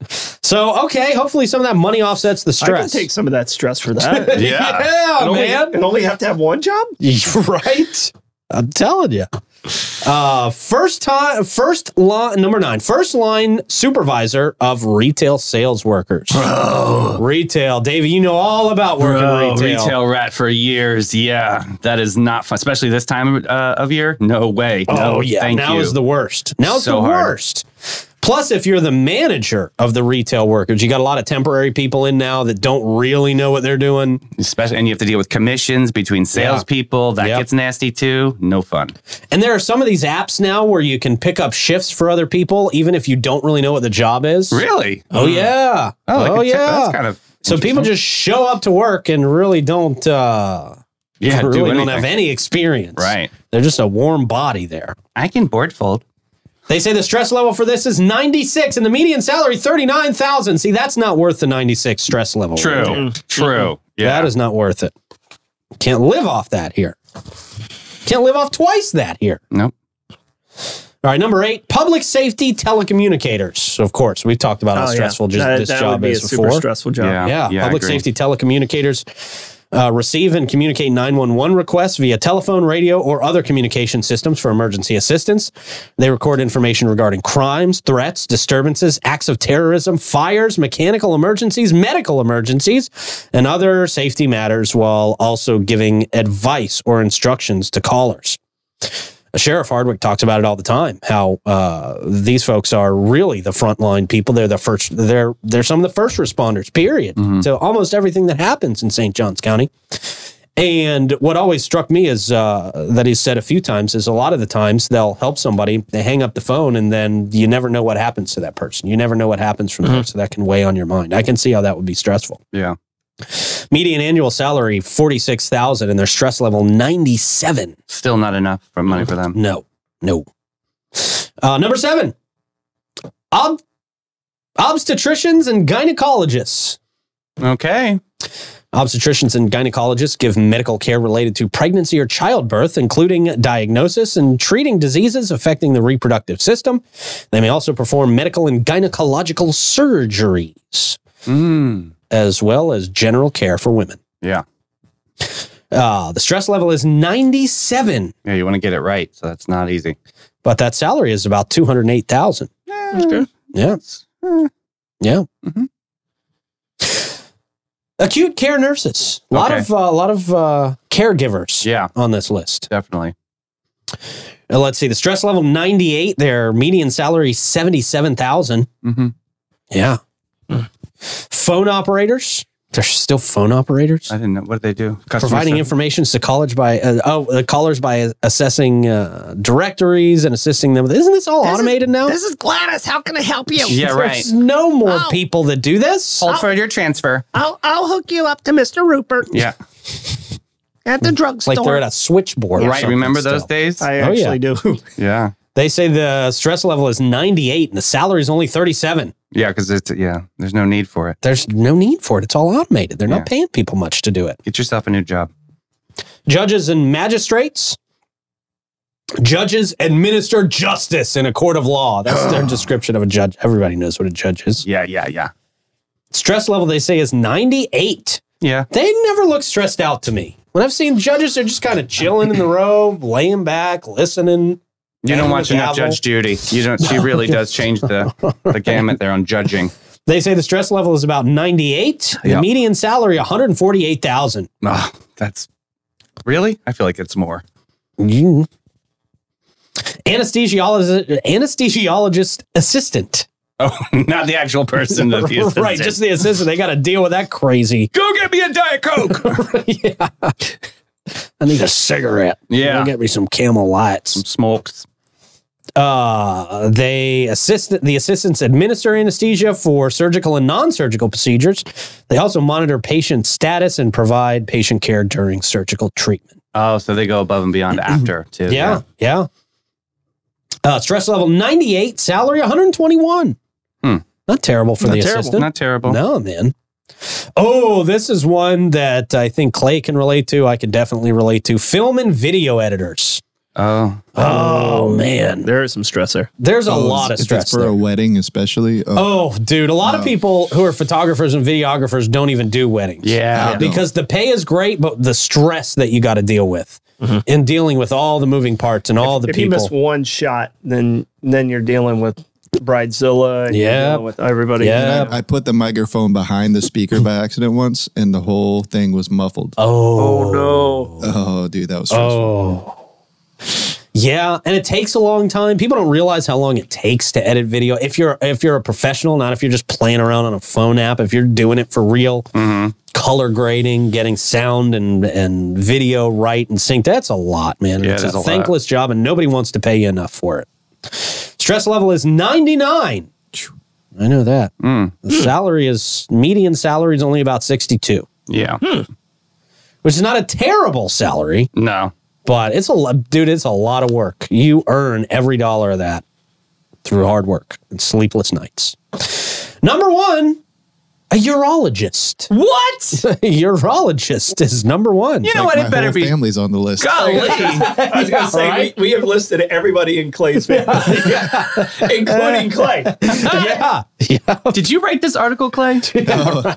Speaker 1: so okay, hopefully some of that money offsets the
Speaker 3: I can
Speaker 1: stress. [laughs]
Speaker 3: take some of that stress for [laughs] that.
Speaker 2: Yeah.
Speaker 1: yeah,
Speaker 3: And only,
Speaker 1: man. Oh,
Speaker 3: and only have to have one job.
Speaker 1: [laughs] right? I'm telling you. Uh, first time, first line, number nine, first line supervisor of retail sales workers.
Speaker 3: Oh.
Speaker 1: Retail, Davey, you know all about working
Speaker 2: Bro,
Speaker 1: retail.
Speaker 2: Oh, retail. rat for years. Yeah, that is not fun, especially this time uh, of year. No way.
Speaker 1: Oh
Speaker 2: no,
Speaker 1: yeah,
Speaker 2: thank
Speaker 1: now
Speaker 2: you.
Speaker 1: is the worst. Now it's
Speaker 2: So
Speaker 1: the
Speaker 2: hard.
Speaker 1: worst. Plus, if you're the manager of the retail workers, you got a lot of temporary people in now that don't really know what they're doing.
Speaker 2: especially and you have to deal with commissions between salespeople. That
Speaker 1: Yep.
Speaker 2: gets nasty too. No fun.
Speaker 1: And there are some of these apps now where you can pick up shifts for other people, even if you don't really know what the job is.
Speaker 2: Really? Hmm.
Speaker 1: Oh yeah.
Speaker 2: I
Speaker 1: Oh,
Speaker 2: can check-
Speaker 1: yeah.
Speaker 2: That's kind of
Speaker 1: So people just show up to work and really don't uh
Speaker 2: yeah do
Speaker 1: really
Speaker 2: anything.
Speaker 1: don't have any experience.
Speaker 2: Right.
Speaker 1: They're just a warm body there.
Speaker 2: I can board fold.
Speaker 1: They say the stress level for this is 96 and the median salary 39,000. See, that's not worth the 96 stress level.
Speaker 2: True. True.
Speaker 1: Mm-hmm.
Speaker 2: Yeah.
Speaker 1: That is not worth it. Can't live off that here. Can't live off twice that here.
Speaker 2: Nope.
Speaker 1: All right, number eight, public safety telecommunicators. Of course, we've talked about how stressful just
Speaker 3: Oh, That-
Speaker 1: this
Speaker 3: that
Speaker 1: job
Speaker 3: would be
Speaker 1: is
Speaker 3: a
Speaker 1: before.
Speaker 3: super stressful job.
Speaker 2: Yeah.
Speaker 1: yeah,
Speaker 2: I
Speaker 1: public
Speaker 2: agree.
Speaker 1: safety telecommunicators uh, receive and communicate 911 requests via telephone, radio, or other communication systems for emergency assistance. They record information regarding crimes, threats, disturbances, acts of terrorism, fires, mechanical emergencies, medical emergencies, and other safety matters while also giving advice or instructions to callers. Sheriff Hardwick talks about it all the time. How uh, these folks are really the frontline people. They're the first. They're they're some of the first responders. Period. To almost everything that happens in St. Johns County. And what always struck me is uh, that he's said a few times is a lot of the times they'll help somebody, they hang up the phone, and then you never know what happens to that person. You never know what happens from there. So that can weigh on your mind. I can see how that would be stressful.
Speaker 2: Yeah.
Speaker 1: Median annual salary, 46000 and their stress level, 97.
Speaker 2: Still not enough for money for them.
Speaker 1: No, no. Uh, number seven, ob- obstetricians and gynecologists. Mm-hmm.
Speaker 2: Okay.
Speaker 1: Obstetricians and gynecologists give medical care related to pregnancy or childbirth, including diagnosis and treating diseases affecting the reproductive system. They may also perform medical and gynecological surgeries, Mm-hmm.
Speaker 2: Mm.
Speaker 1: as well as general care for women.
Speaker 2: Yeah.
Speaker 1: Uh, the stress level is 97,
Speaker 2: Yeah, you want to get it right, so that's not easy.
Speaker 1: but that salary is about 208,000.
Speaker 2: That's good.
Speaker 1: Yeah.
Speaker 2: Eh.
Speaker 1: Yeah.
Speaker 2: Mhm.
Speaker 1: Acute care nurses. A lot
Speaker 2: Okay.
Speaker 1: of uh, a lot of uh, caregivers
Speaker 2: Yeah,
Speaker 1: on this list.
Speaker 2: definitely.
Speaker 1: Uh, let's see. The stress level 98. Their median salary 77,000.
Speaker 2: Mm-hmm.
Speaker 1: Yeah.
Speaker 2: Hmm.
Speaker 1: Phone operators. They're still phone operators.
Speaker 2: I didn't know. What did they do? Customer
Speaker 1: Providing
Speaker 2: service.
Speaker 1: information to college by uh, oh uh, callers by assessing uh, directories and assisting them. Isn't this all automated now?
Speaker 3: Oh. This is Gladys. How can I help you?
Speaker 2: Yeah, right.
Speaker 1: There's no more
Speaker 3: Oh.
Speaker 1: people that do this.
Speaker 2: Hold for your transfer.
Speaker 3: I'll I'll hook you up to Mr. Rupert
Speaker 2: Yeah.
Speaker 3: at the drugstore.
Speaker 1: Like they're at a switchboard. or
Speaker 2: right.
Speaker 1: something
Speaker 2: Remember
Speaker 1: still.
Speaker 2: those days?
Speaker 3: I
Speaker 1: Oh, yeah.
Speaker 3: actually
Speaker 1: [laughs]
Speaker 3: do.
Speaker 2: yeah.
Speaker 1: They say the stress level is 98 and the salary is only 37.
Speaker 2: Yeah, because it's yeah. There's no need for it.
Speaker 1: There's no need for it. It's all automated. They're
Speaker 2: Yeah.
Speaker 1: not paying people much to do it.
Speaker 2: Get yourself a new job.
Speaker 1: Judges and magistrates. Judges administer justice in a court of law. That's
Speaker 2: [sighs]
Speaker 1: their description of a judge. Everybody knows what a judge is.
Speaker 2: Yeah, yeah, yeah,
Speaker 1: Stress level, they say, is 98.
Speaker 2: yeah.
Speaker 1: They never look stressed out to me. When I've seen judges, they're just kind of chilling in
Speaker 2: [clears throat]
Speaker 1: the row, laying back, listening.
Speaker 2: You
Speaker 1: And
Speaker 2: don't
Speaker 1: the
Speaker 2: watch enough
Speaker 1: gavel.
Speaker 2: Judge Judy. You don't.
Speaker 1: [laughs]
Speaker 2: She really does change the the gamut there on judging.
Speaker 1: They say the stress level is about 98. The
Speaker 2: Yeah.
Speaker 1: median salary, 148,000.
Speaker 2: Ah, that's really. I feel like it's more. [laughs]
Speaker 1: Mm. Anesthesiologist, anesthesiologist assistant.
Speaker 2: Oh, not the actual person. The,
Speaker 1: [laughs]
Speaker 2: the
Speaker 1: right,
Speaker 2: assistant.
Speaker 1: just the assistant. They got to deal with that crazy. [laughs]
Speaker 2: go get me a diet coke.
Speaker 1: I need a cigarette.
Speaker 2: Yeah.
Speaker 1: Go get me some Camel Lights.
Speaker 2: Smokes.
Speaker 1: Uh, they assist the assistants administer anesthesia for surgical and non-surgical procedures. They also monitor patient status and provide patient care during surgical treatment.
Speaker 2: Oh, so they go above
Speaker 1: [clears throat]
Speaker 2: and beyond after too.
Speaker 1: Yeah, yeah. Uh, stress level ninety eight, salary one hundred twenty one.
Speaker 2: Hmm.
Speaker 1: Not terrible for
Speaker 2: Not
Speaker 1: the
Speaker 2: terrible.
Speaker 1: assistant.
Speaker 2: Not terrible.
Speaker 1: No, man. Oh, this is one that I think Clay can relate to. I could definitely relate to. Film and video editors.
Speaker 2: Oh,
Speaker 1: Oh, man.
Speaker 3: There is some stressor.
Speaker 1: There's a
Speaker 4: Oh,
Speaker 1: lot
Speaker 4: if
Speaker 1: of
Speaker 4: it's
Speaker 1: stress.
Speaker 4: for
Speaker 1: there.
Speaker 4: a wedding, especially. Oh,
Speaker 1: Oh, dude. A lot of people who are photographers and videographers don't even do weddings.
Speaker 2: yeah.
Speaker 4: I don't.
Speaker 1: Because the pay is great, but the stress that you got to deal with in dealing with all the moving parts and all the
Speaker 3: if you
Speaker 1: people.
Speaker 3: miss one shot, then then you're dealing with Bridezilla. and you're
Speaker 1: Yep.
Speaker 3: dealing with everybody.
Speaker 1: Yep.
Speaker 4: I, I put the microphone behind the speaker by accident once, and the whole thing was muffled. Oh,
Speaker 1: oh,
Speaker 3: no!
Speaker 4: dude, that was stressful.
Speaker 1: Yeah, and it takes a long time. People don't realize how long it takes to edit video. If you're if you're a professional, not if you're just playing around on a phone app, if you're doing it for real,
Speaker 2: Mm-hmm.
Speaker 1: color grading, getting sound and and video right and synced, that's a lot, man.
Speaker 2: Yeah,
Speaker 1: it's
Speaker 2: it is a
Speaker 1: a
Speaker 2: lot.
Speaker 1: thankless job and nobody wants to pay you enough for it. Stress level is 99. I know that.
Speaker 2: Mm.
Speaker 1: The salary is median salary is only about 62,
Speaker 2: Yeah.
Speaker 1: Hmm. which is not a terrible salary
Speaker 2: No.
Speaker 1: but it's a lot, dude. It's a lot of work. You earn every dollar of that through hard work and sleepless nights. Number one, a urologist.
Speaker 2: What?
Speaker 1: [laughs] A urologist is number one.
Speaker 2: You know what?
Speaker 4: My
Speaker 2: It better
Speaker 4: whole
Speaker 2: be. Oh,
Speaker 4: family's on the
Speaker 1: [laughs]
Speaker 4: list.
Speaker 2: Golly.
Speaker 3: I was gonna say
Speaker 1: right?
Speaker 3: we, we have listed everybody in Clay's family, [laughs] including Clay.
Speaker 1: [laughs] yeah.
Speaker 2: Did you write this
Speaker 1: [laughs]
Speaker 2: article, Clay?
Speaker 1: Uh,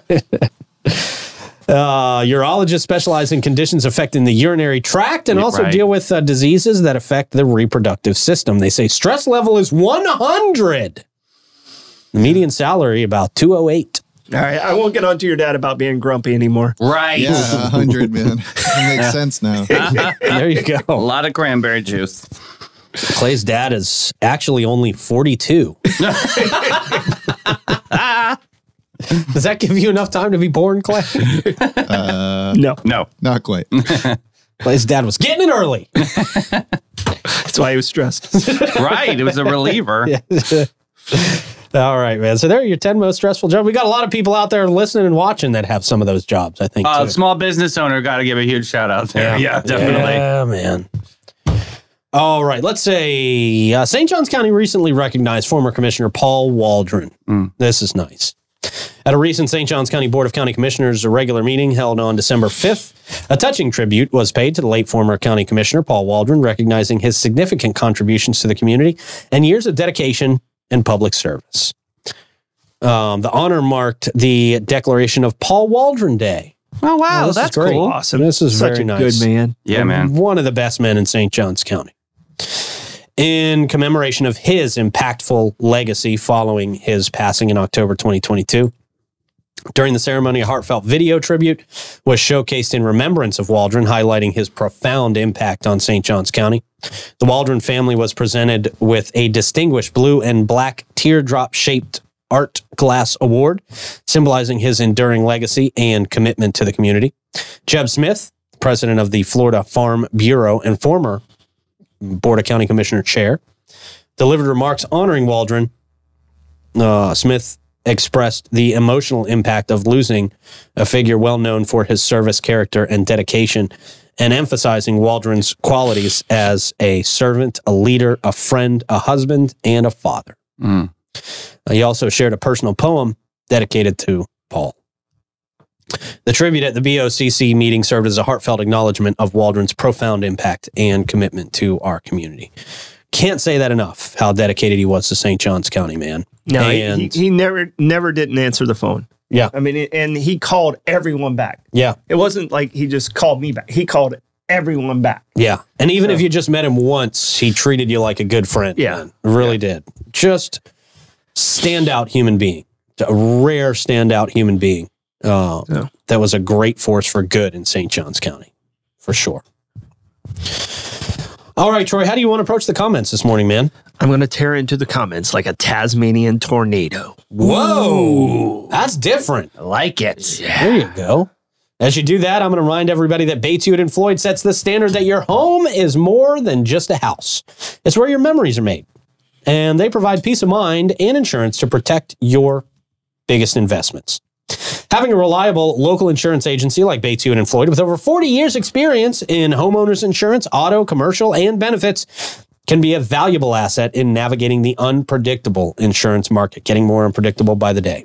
Speaker 1: urologists specialize in conditions affecting the urinary tract and
Speaker 2: Yeah,
Speaker 1: also
Speaker 2: right.
Speaker 1: deal with uh, diseases that affect the reproductive system. They say stress level is 100. The median salary about 208.
Speaker 3: All right, I won't get on to your dad about being grumpy anymore.
Speaker 2: Right.
Speaker 4: Yeah, a hundred man. [laughs]
Speaker 1: [laughs]
Speaker 4: It makes sense now.
Speaker 1: There you go.
Speaker 2: A [laughs] lot of cranberry juice.
Speaker 1: Clay's dad [laughs]
Speaker 2: [laughs]
Speaker 1: is actually only 42. Does that give you enough time to be born, Clay?
Speaker 3: No,
Speaker 2: No.
Speaker 4: Not quite.
Speaker 1: His dad was getting it early.
Speaker 3: that's why he was stressed.
Speaker 2: right. It was
Speaker 1: [laughs]
Speaker 2: a reliever.
Speaker 1: All right, man. So there are your 10 most stressful jobs. We got a lot of people out there listening and watching that have some of those jobs, I think.
Speaker 2: Uh,
Speaker 1: too.
Speaker 2: small business owner got to give a huge shout out there. Yeah, definitely.
Speaker 1: Yeah, man. All right, let's say uh, St. John's County recently recognized former Commissioner Paul Waldron. This is nice. At a recent St. John's County Board of County Commissioners regular meeting held on December 5th, a touching tribute was paid to the late former County Commissioner Paul Waldron, recognizing his significant contributions to the community and years of dedication and public service. Um, the honor marked the declaration of Paul Waldron Day.
Speaker 2: Oh wow,
Speaker 1: this is
Speaker 2: that's
Speaker 1: great.
Speaker 2: cool.
Speaker 3: awesome.
Speaker 1: This is
Speaker 3: Such
Speaker 1: very
Speaker 3: a
Speaker 1: nice.
Speaker 3: good man.
Speaker 2: Yeah, man.
Speaker 1: One of the best men in St. John's County. In commemoration of his impactful legacy following his passing in October 2022, during the ceremony, a heartfelt video tribute was showcased in remembrance of Waldron, highlighting his profound impact on St. John's County. The Waldron family was presented with a distinguished blue and black teardrop shaped art glass award, symbolizing his enduring legacy and commitment to the community. Jeb Smith, president of the Florida Farm Bureau and former Board of County Commissioner chair, delivered remarks honoring Waldron. Uh, Smith expressed the emotional impact of losing a figure well known for his service, character, and dedication, and emphasizing Waldron's qualities as a servant, a leader, a friend, a husband, and a father.
Speaker 2: Mm.
Speaker 1: Uh, He also shared a personal poem dedicated to Paul. The tribute at the BOCC meeting served as a heartfelt acknowledgement of Waldron's profound impact and commitment to our community. Can't say that enough, how dedicated he was to St. John's County, man.
Speaker 3: No, he-
Speaker 1: And-
Speaker 3: he, he never never didn't answer the phone.
Speaker 1: Yeah.
Speaker 3: I mean, and he called everyone back.
Speaker 1: Yeah.
Speaker 3: It wasn't like he just called me back. He called everyone back.
Speaker 1: Yeah. And even
Speaker 3: So-
Speaker 1: if you just met him once, he treated you like a good friend.
Speaker 3: Yeah.
Speaker 1: man. Really did. Just standout human being. A rare standout human being. Uh,
Speaker 3: Yeah.
Speaker 1: That was a great force for good in St. John's County, for sure. All right, Troy, how do you want to approach the comments this morning, man?
Speaker 3: I'm gonna tear into the comments like a Tasmanian tornado.
Speaker 1: Whoa. That's different.
Speaker 3: I like it.
Speaker 1: There you go. As you do that, I'm going to remind everybody that Batesute and Floyd sets the standard that your home is more than just a house. It's where your memories are made. And they provide peace of mind and insurance to protect your biggest investments. Having a reliable local insurance agency like Batesute and Floyd with over 40 years experience in homeowners insurance, auto, commercial, and benefits can be a valuable asset in navigating the unpredictable insurance market, getting more unpredictable by the day.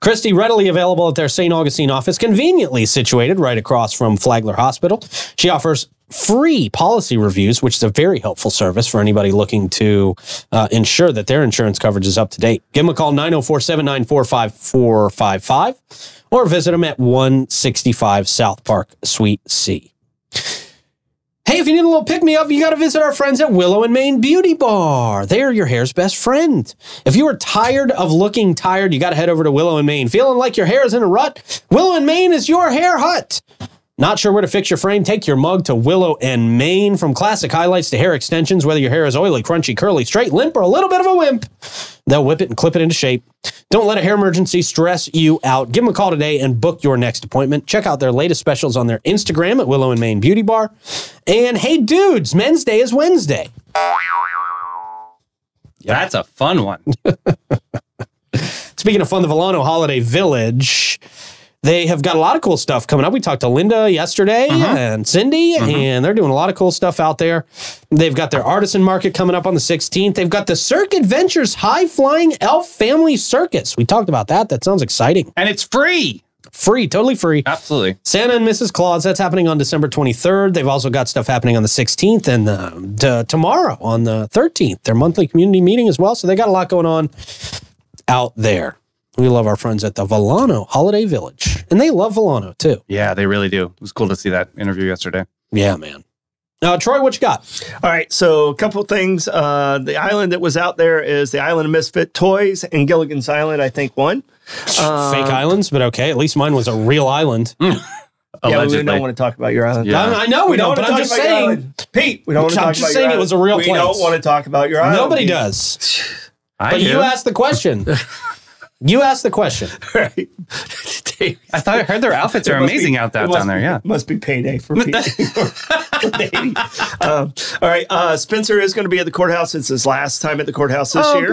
Speaker 1: Christie readily available at their St. Augustine office, conveniently situated right across from Flagler Hospital. She offers free policy reviews, which is a very helpful service for anybody looking to uh, ensure that their insurance coverage is up to date. Give them a call 904 794 5455 or visit them at 165 South Park, Suite C. Hey, if you need a little pick me up, you got to visit our friends at Willow and Maine Beauty Bar. They are your hair's best friend. If you are tired of looking tired, you got to head over to Willow and Maine. Feeling like your hair is in a rut? Willow and Maine is your hair hut. Not sure where to fix your frame? Take your mug to Willow and Maine. From classic highlights to hair extensions, whether your hair is oily, crunchy, curly, straight, limp, or a little bit of a wimp, they'll whip it and clip it into shape. Don't let a hair emergency stress you out. Give them a call today and book your next appointment. Check out their latest specials on their Instagram at Willow and Maine Beauty Bar. And hey, dudes, Men's Day is Wednesday.
Speaker 2: That's a fun one.
Speaker 1: Speaking of fun, the Volano Holiday Village, they have got a lot of cool stuff coming up. We talked to Linda yesterday and Cindy, and they're doing a lot of cool stuff out there. They've got their artisan market coming up on the 16th. They've got the Circuit Ventures High Flying Elf Family Circus. We talked about that. That sounds exciting.
Speaker 2: [laughs] And it's free.
Speaker 1: Free, totally free.
Speaker 2: Absolutely.
Speaker 1: Santa and Mrs. Claus, that's happening on December 23rd. They've also got stuff happening on the 16th and uh, d- tomorrow on the 13th, their monthly community meeting as well. So they got a lot going on out there. We love our friends at the Volano Holiday Village, and they love Volano too.
Speaker 2: Yeah, they really do. It was cool to see that interview yesterday.
Speaker 1: Yeah, man. Now, Troy, what you got?
Speaker 3: All right, so a couple things. Uh, the island that was out there is the Island of Misfit Toys and Gilligan's Island. I think one. Uh,
Speaker 1: Fake islands, but okay. At least mine was a real island.
Speaker 3: Yeah, we don't want to talk about your island.
Speaker 2: Yeah.
Speaker 1: Mm-hmm. I, I know we, don't, but I'm
Speaker 3: wanna
Speaker 1: just
Speaker 3: talk about your
Speaker 1: saying.
Speaker 3: island. Pete. We don't want to
Speaker 1: I'm
Speaker 3: talk
Speaker 1: just
Speaker 3: about your
Speaker 1: saying it
Speaker 3: island.
Speaker 1: was a real
Speaker 3: We
Speaker 1: place.
Speaker 3: don't want to talk about your island.
Speaker 1: Nobody
Speaker 3: Pete.
Speaker 1: does.
Speaker 2: I
Speaker 1: But
Speaker 2: do.
Speaker 1: you asked the question. You asked the question.
Speaker 3: [laughs] Right. [laughs] Dave,
Speaker 2: I thought I heard their outfits are
Speaker 3: it must be-
Speaker 2: amazing out
Speaker 3: it
Speaker 2: that
Speaker 3: must
Speaker 2: down there.
Speaker 3: be-
Speaker 2: Yeah.
Speaker 3: it must be payday for
Speaker 1: [laughs]
Speaker 3: people. Dating. um, all right, uh, Spencer is going to be at the courthouse. It's his last time at the courthouse this
Speaker 1: Oh,
Speaker 3: year.
Speaker 2: Oh,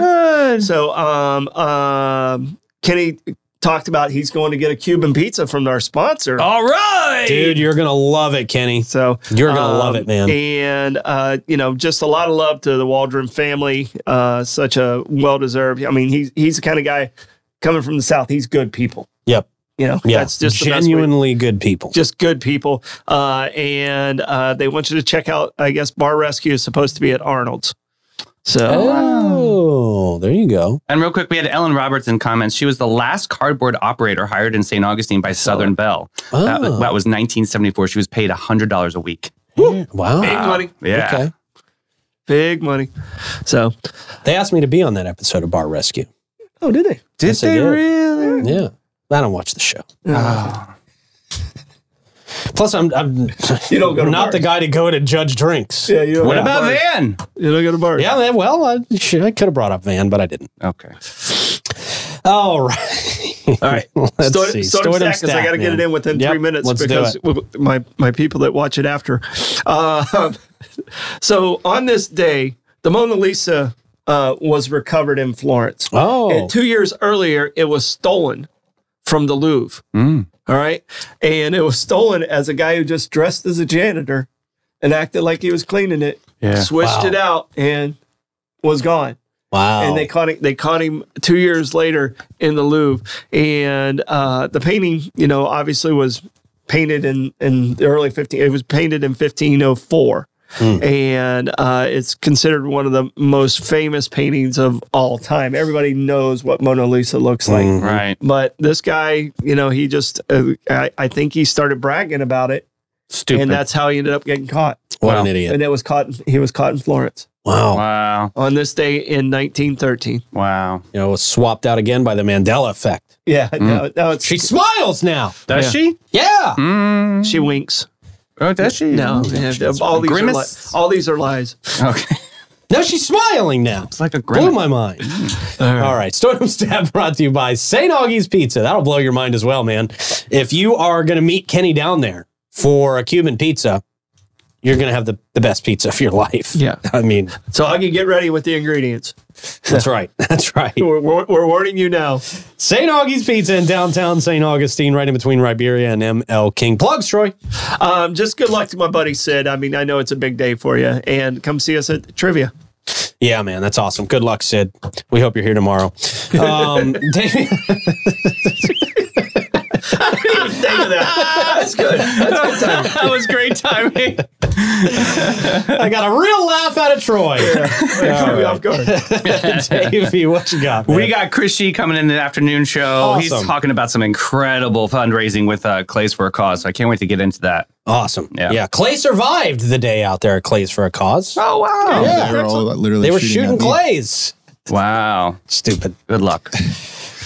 Speaker 2: good.
Speaker 3: So, um, um, Kenny talked about he's going to get a Cuban pizza from our sponsor.
Speaker 2: All right.
Speaker 1: Dude, you're going to love it, Kenny. Um,
Speaker 3: So
Speaker 1: You're gonna love it, man.
Speaker 3: Um, And uh, you know, just a lot of love to the Waldron family. Uh, such a well deserved. I mean, he's he's the kind of guy coming from the south. He's good people.
Speaker 1: Yep.
Speaker 3: You know,
Speaker 1: Yeah.
Speaker 3: that's just the best way-
Speaker 1: genuinely good people.
Speaker 3: just good people. Uh, and uh, they want you to check out. I guess Bar Rescue is supposed to be at Arnold's. So
Speaker 1: Oh, there you go.
Speaker 2: And real quick, we had Ellen Roberts in comments. She was the last cardboard operator hired in St. Augustine by Southern Bell. That,
Speaker 1: Oh.
Speaker 2: that was 1974. She was paid $100 a week.
Speaker 1: Wow.
Speaker 3: big money,
Speaker 2: Yeah.
Speaker 1: Okay.
Speaker 3: big money. So
Speaker 1: They asked me to be on that episode of Bar Rescue.
Speaker 3: oh, did they?
Speaker 2: Did
Speaker 1: Yes, I
Speaker 2: they
Speaker 1: did.
Speaker 2: really?
Speaker 1: Yeah. I don't watch the show.
Speaker 2: Oh.
Speaker 1: Plus, I'm, I'm
Speaker 3: [laughs] You don't go to
Speaker 1: not
Speaker 3: bars.
Speaker 1: the guy to go to judge drinks.
Speaker 3: Yeah, you don't
Speaker 2: What
Speaker 3: go to
Speaker 2: about
Speaker 3: bars.
Speaker 2: Van?
Speaker 3: You don't go to bars.
Speaker 1: Yeah, man, well, I, should, I could have brought up Van, but I didn't.
Speaker 2: Okay.
Speaker 1: All [laughs] right.
Speaker 3: All right.
Speaker 1: Let's
Speaker 3: Stoid,
Speaker 1: see. Stoid
Speaker 3: Stoid Stack,
Speaker 1: and
Speaker 3: 'cause I
Speaker 1: Stack,
Speaker 3: got to get
Speaker 1: man.
Speaker 3: it in within
Speaker 1: Yep,
Speaker 3: three minutes
Speaker 1: let's do
Speaker 3: because
Speaker 1: it.
Speaker 3: w- my my people that watch it after. Uh, [laughs] so on this day, the Mona Lisa uh, was recovered in Florence.
Speaker 1: Oh,
Speaker 3: And two years earlier, it was stolen from the Louvre.
Speaker 2: Mm.
Speaker 3: All right, and it was stolen as a guy who just dressed as a janitor and acted like he was cleaning it,
Speaker 2: Yeah.
Speaker 3: switched
Speaker 1: Wow.
Speaker 3: it out, and was gone
Speaker 1: wow.
Speaker 3: and they caught him, they caught him two years later in the Louvre. And uh, the painting, you know, obviously was painted in in the early 15 it was painted in 1504 and uh, it's considered one of the most famous paintings of all time everybody knows what mona lisa looks like
Speaker 1: Mm,
Speaker 2: Right.
Speaker 3: but this guy you know he just uh, I, I think he started bragging about it
Speaker 2: Stupid.
Speaker 3: and that's how he ended up getting caught
Speaker 1: what an
Speaker 2: Wow.
Speaker 1: idiot.
Speaker 3: and it was caught he was caught in florence
Speaker 1: Wow.
Speaker 2: wow.
Speaker 3: on this day in 1913
Speaker 2: Wow.
Speaker 1: You know, it was swapped out again by the Mandela effect.
Speaker 3: Yeah, no, no, it's,
Speaker 1: She
Speaker 3: she,
Speaker 1: smiles now.
Speaker 2: Does she?
Speaker 1: Yeah.
Speaker 2: Mm.
Speaker 3: she winks.
Speaker 2: Oh, does she?
Speaker 3: No, yeah, all these are li-
Speaker 2: Grimace?
Speaker 3: all these are lies.
Speaker 2: Okay.
Speaker 1: Now she's smiling now.
Speaker 2: It's like a
Speaker 1: Blew
Speaker 2: grimace.
Speaker 1: my mind. [laughs] All right. Stardom Stab brought to you by St. Augie's Pizza. That'll blow your mind as well, man. If you are going to meet Kenny down there for a Cuban pizza, you're going to have the, the best pizza of your life.
Speaker 3: Yeah.
Speaker 1: I mean,
Speaker 3: So I can get ready with the ingredients.
Speaker 1: that's right. [laughs] That's right.
Speaker 3: We're, we're, we're warning you now.
Speaker 1: St. Augie's Pizza in downtown St. Augustine, right in between Riberia and ML King. Plugs, Troy.
Speaker 3: Um, just good luck to my buddy Sid. I mean, I know it's a big day for you, and come see us at trivia.
Speaker 1: Yeah, man, that's awesome. Good luck, Sid. We hope you're here tomorrow. Um, [laughs] Damian-
Speaker 3: [laughs] Thank you for that. That's good. That's good [laughs] timing.
Speaker 2: That was great
Speaker 3: [laughs]
Speaker 2: timing.
Speaker 1: I got a real laugh out of Troy.
Speaker 3: Caught me off guard.
Speaker 1: Davey, what you got? man?
Speaker 2: We got Chris Shee coming in the afternoon show. He's
Speaker 1: Awesome.
Speaker 2: talking about some incredible fundraising with uh, Clays for a Cause. So I can't wait to get into that.
Speaker 1: Awesome. Yeah.
Speaker 2: Yeah.
Speaker 1: Clay survived the day out there at Clay's for a cause.
Speaker 3: Oh wow.
Speaker 1: Yeah.
Speaker 4: They were all literally
Speaker 1: they were
Speaker 4: shooting,
Speaker 1: shooting
Speaker 4: at me.
Speaker 1: Clay's.
Speaker 2: Wow.
Speaker 1: Stupid.
Speaker 2: Good luck.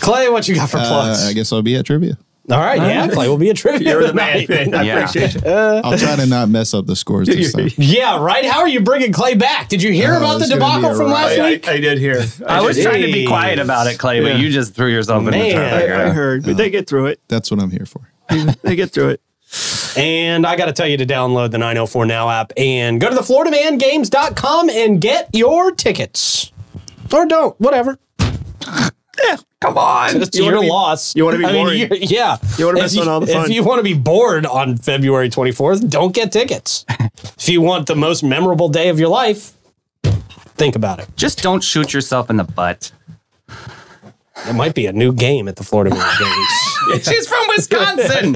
Speaker 1: Clay, what you got for plugs?
Speaker 4: Uh, I guess I'll be at trivia.
Speaker 1: All right. Yeah. Clay will be a trivia.
Speaker 3: You're the man.
Speaker 1: tonight.
Speaker 3: I
Speaker 2: Yeah.
Speaker 3: appreciate it.
Speaker 4: I'll try to not mess up the scores
Speaker 1: [laughs]
Speaker 4: this time.
Speaker 1: Yeah. Right. How are you bringing Clay back? Did you hear
Speaker 4: Oh,
Speaker 1: about the
Speaker 4: it's gonna be
Speaker 1: debacle
Speaker 4: a
Speaker 1: from last
Speaker 4: riot.
Speaker 3: I,
Speaker 1: week?
Speaker 3: I, I did hear.
Speaker 2: I was
Speaker 3: did.
Speaker 2: trying to be quiet about it, Clay,
Speaker 3: Yeah.
Speaker 2: but you just threw yourself in
Speaker 1: Man.
Speaker 2: the traffic.
Speaker 3: I, I heard, but they get through it.
Speaker 4: That's what I'm here for.
Speaker 3: They get through it.
Speaker 1: And I got to tell you to download the 904 Now app and go to the FloridaManGames.com and get your tickets. Or don't,
Speaker 3: [laughs]
Speaker 1: whatever.
Speaker 2: Come on.
Speaker 1: It's
Speaker 3: You wanna
Speaker 1: your
Speaker 3: be-
Speaker 1: loss.
Speaker 3: you wanna be
Speaker 1: I mean,
Speaker 3: boring.
Speaker 1: you're- yeah.
Speaker 3: You wanna
Speaker 1: If
Speaker 3: miss out on all the
Speaker 1: If
Speaker 3: fun.
Speaker 1: you want to be bored on February 24th, don't get
Speaker 3: [laughs]
Speaker 1: tickets. if you want the most memorable day of your life, think about it.
Speaker 2: Just don't shoot yourself in the butt.
Speaker 1: It might be a new game at the Florida Man
Speaker 3: [laughs]
Speaker 1: Games.
Speaker 2: She's from Wisconsin.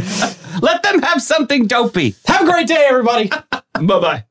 Speaker 2: Let them have something dopey.
Speaker 1: Have a great day, everybody.
Speaker 3: Bye bye.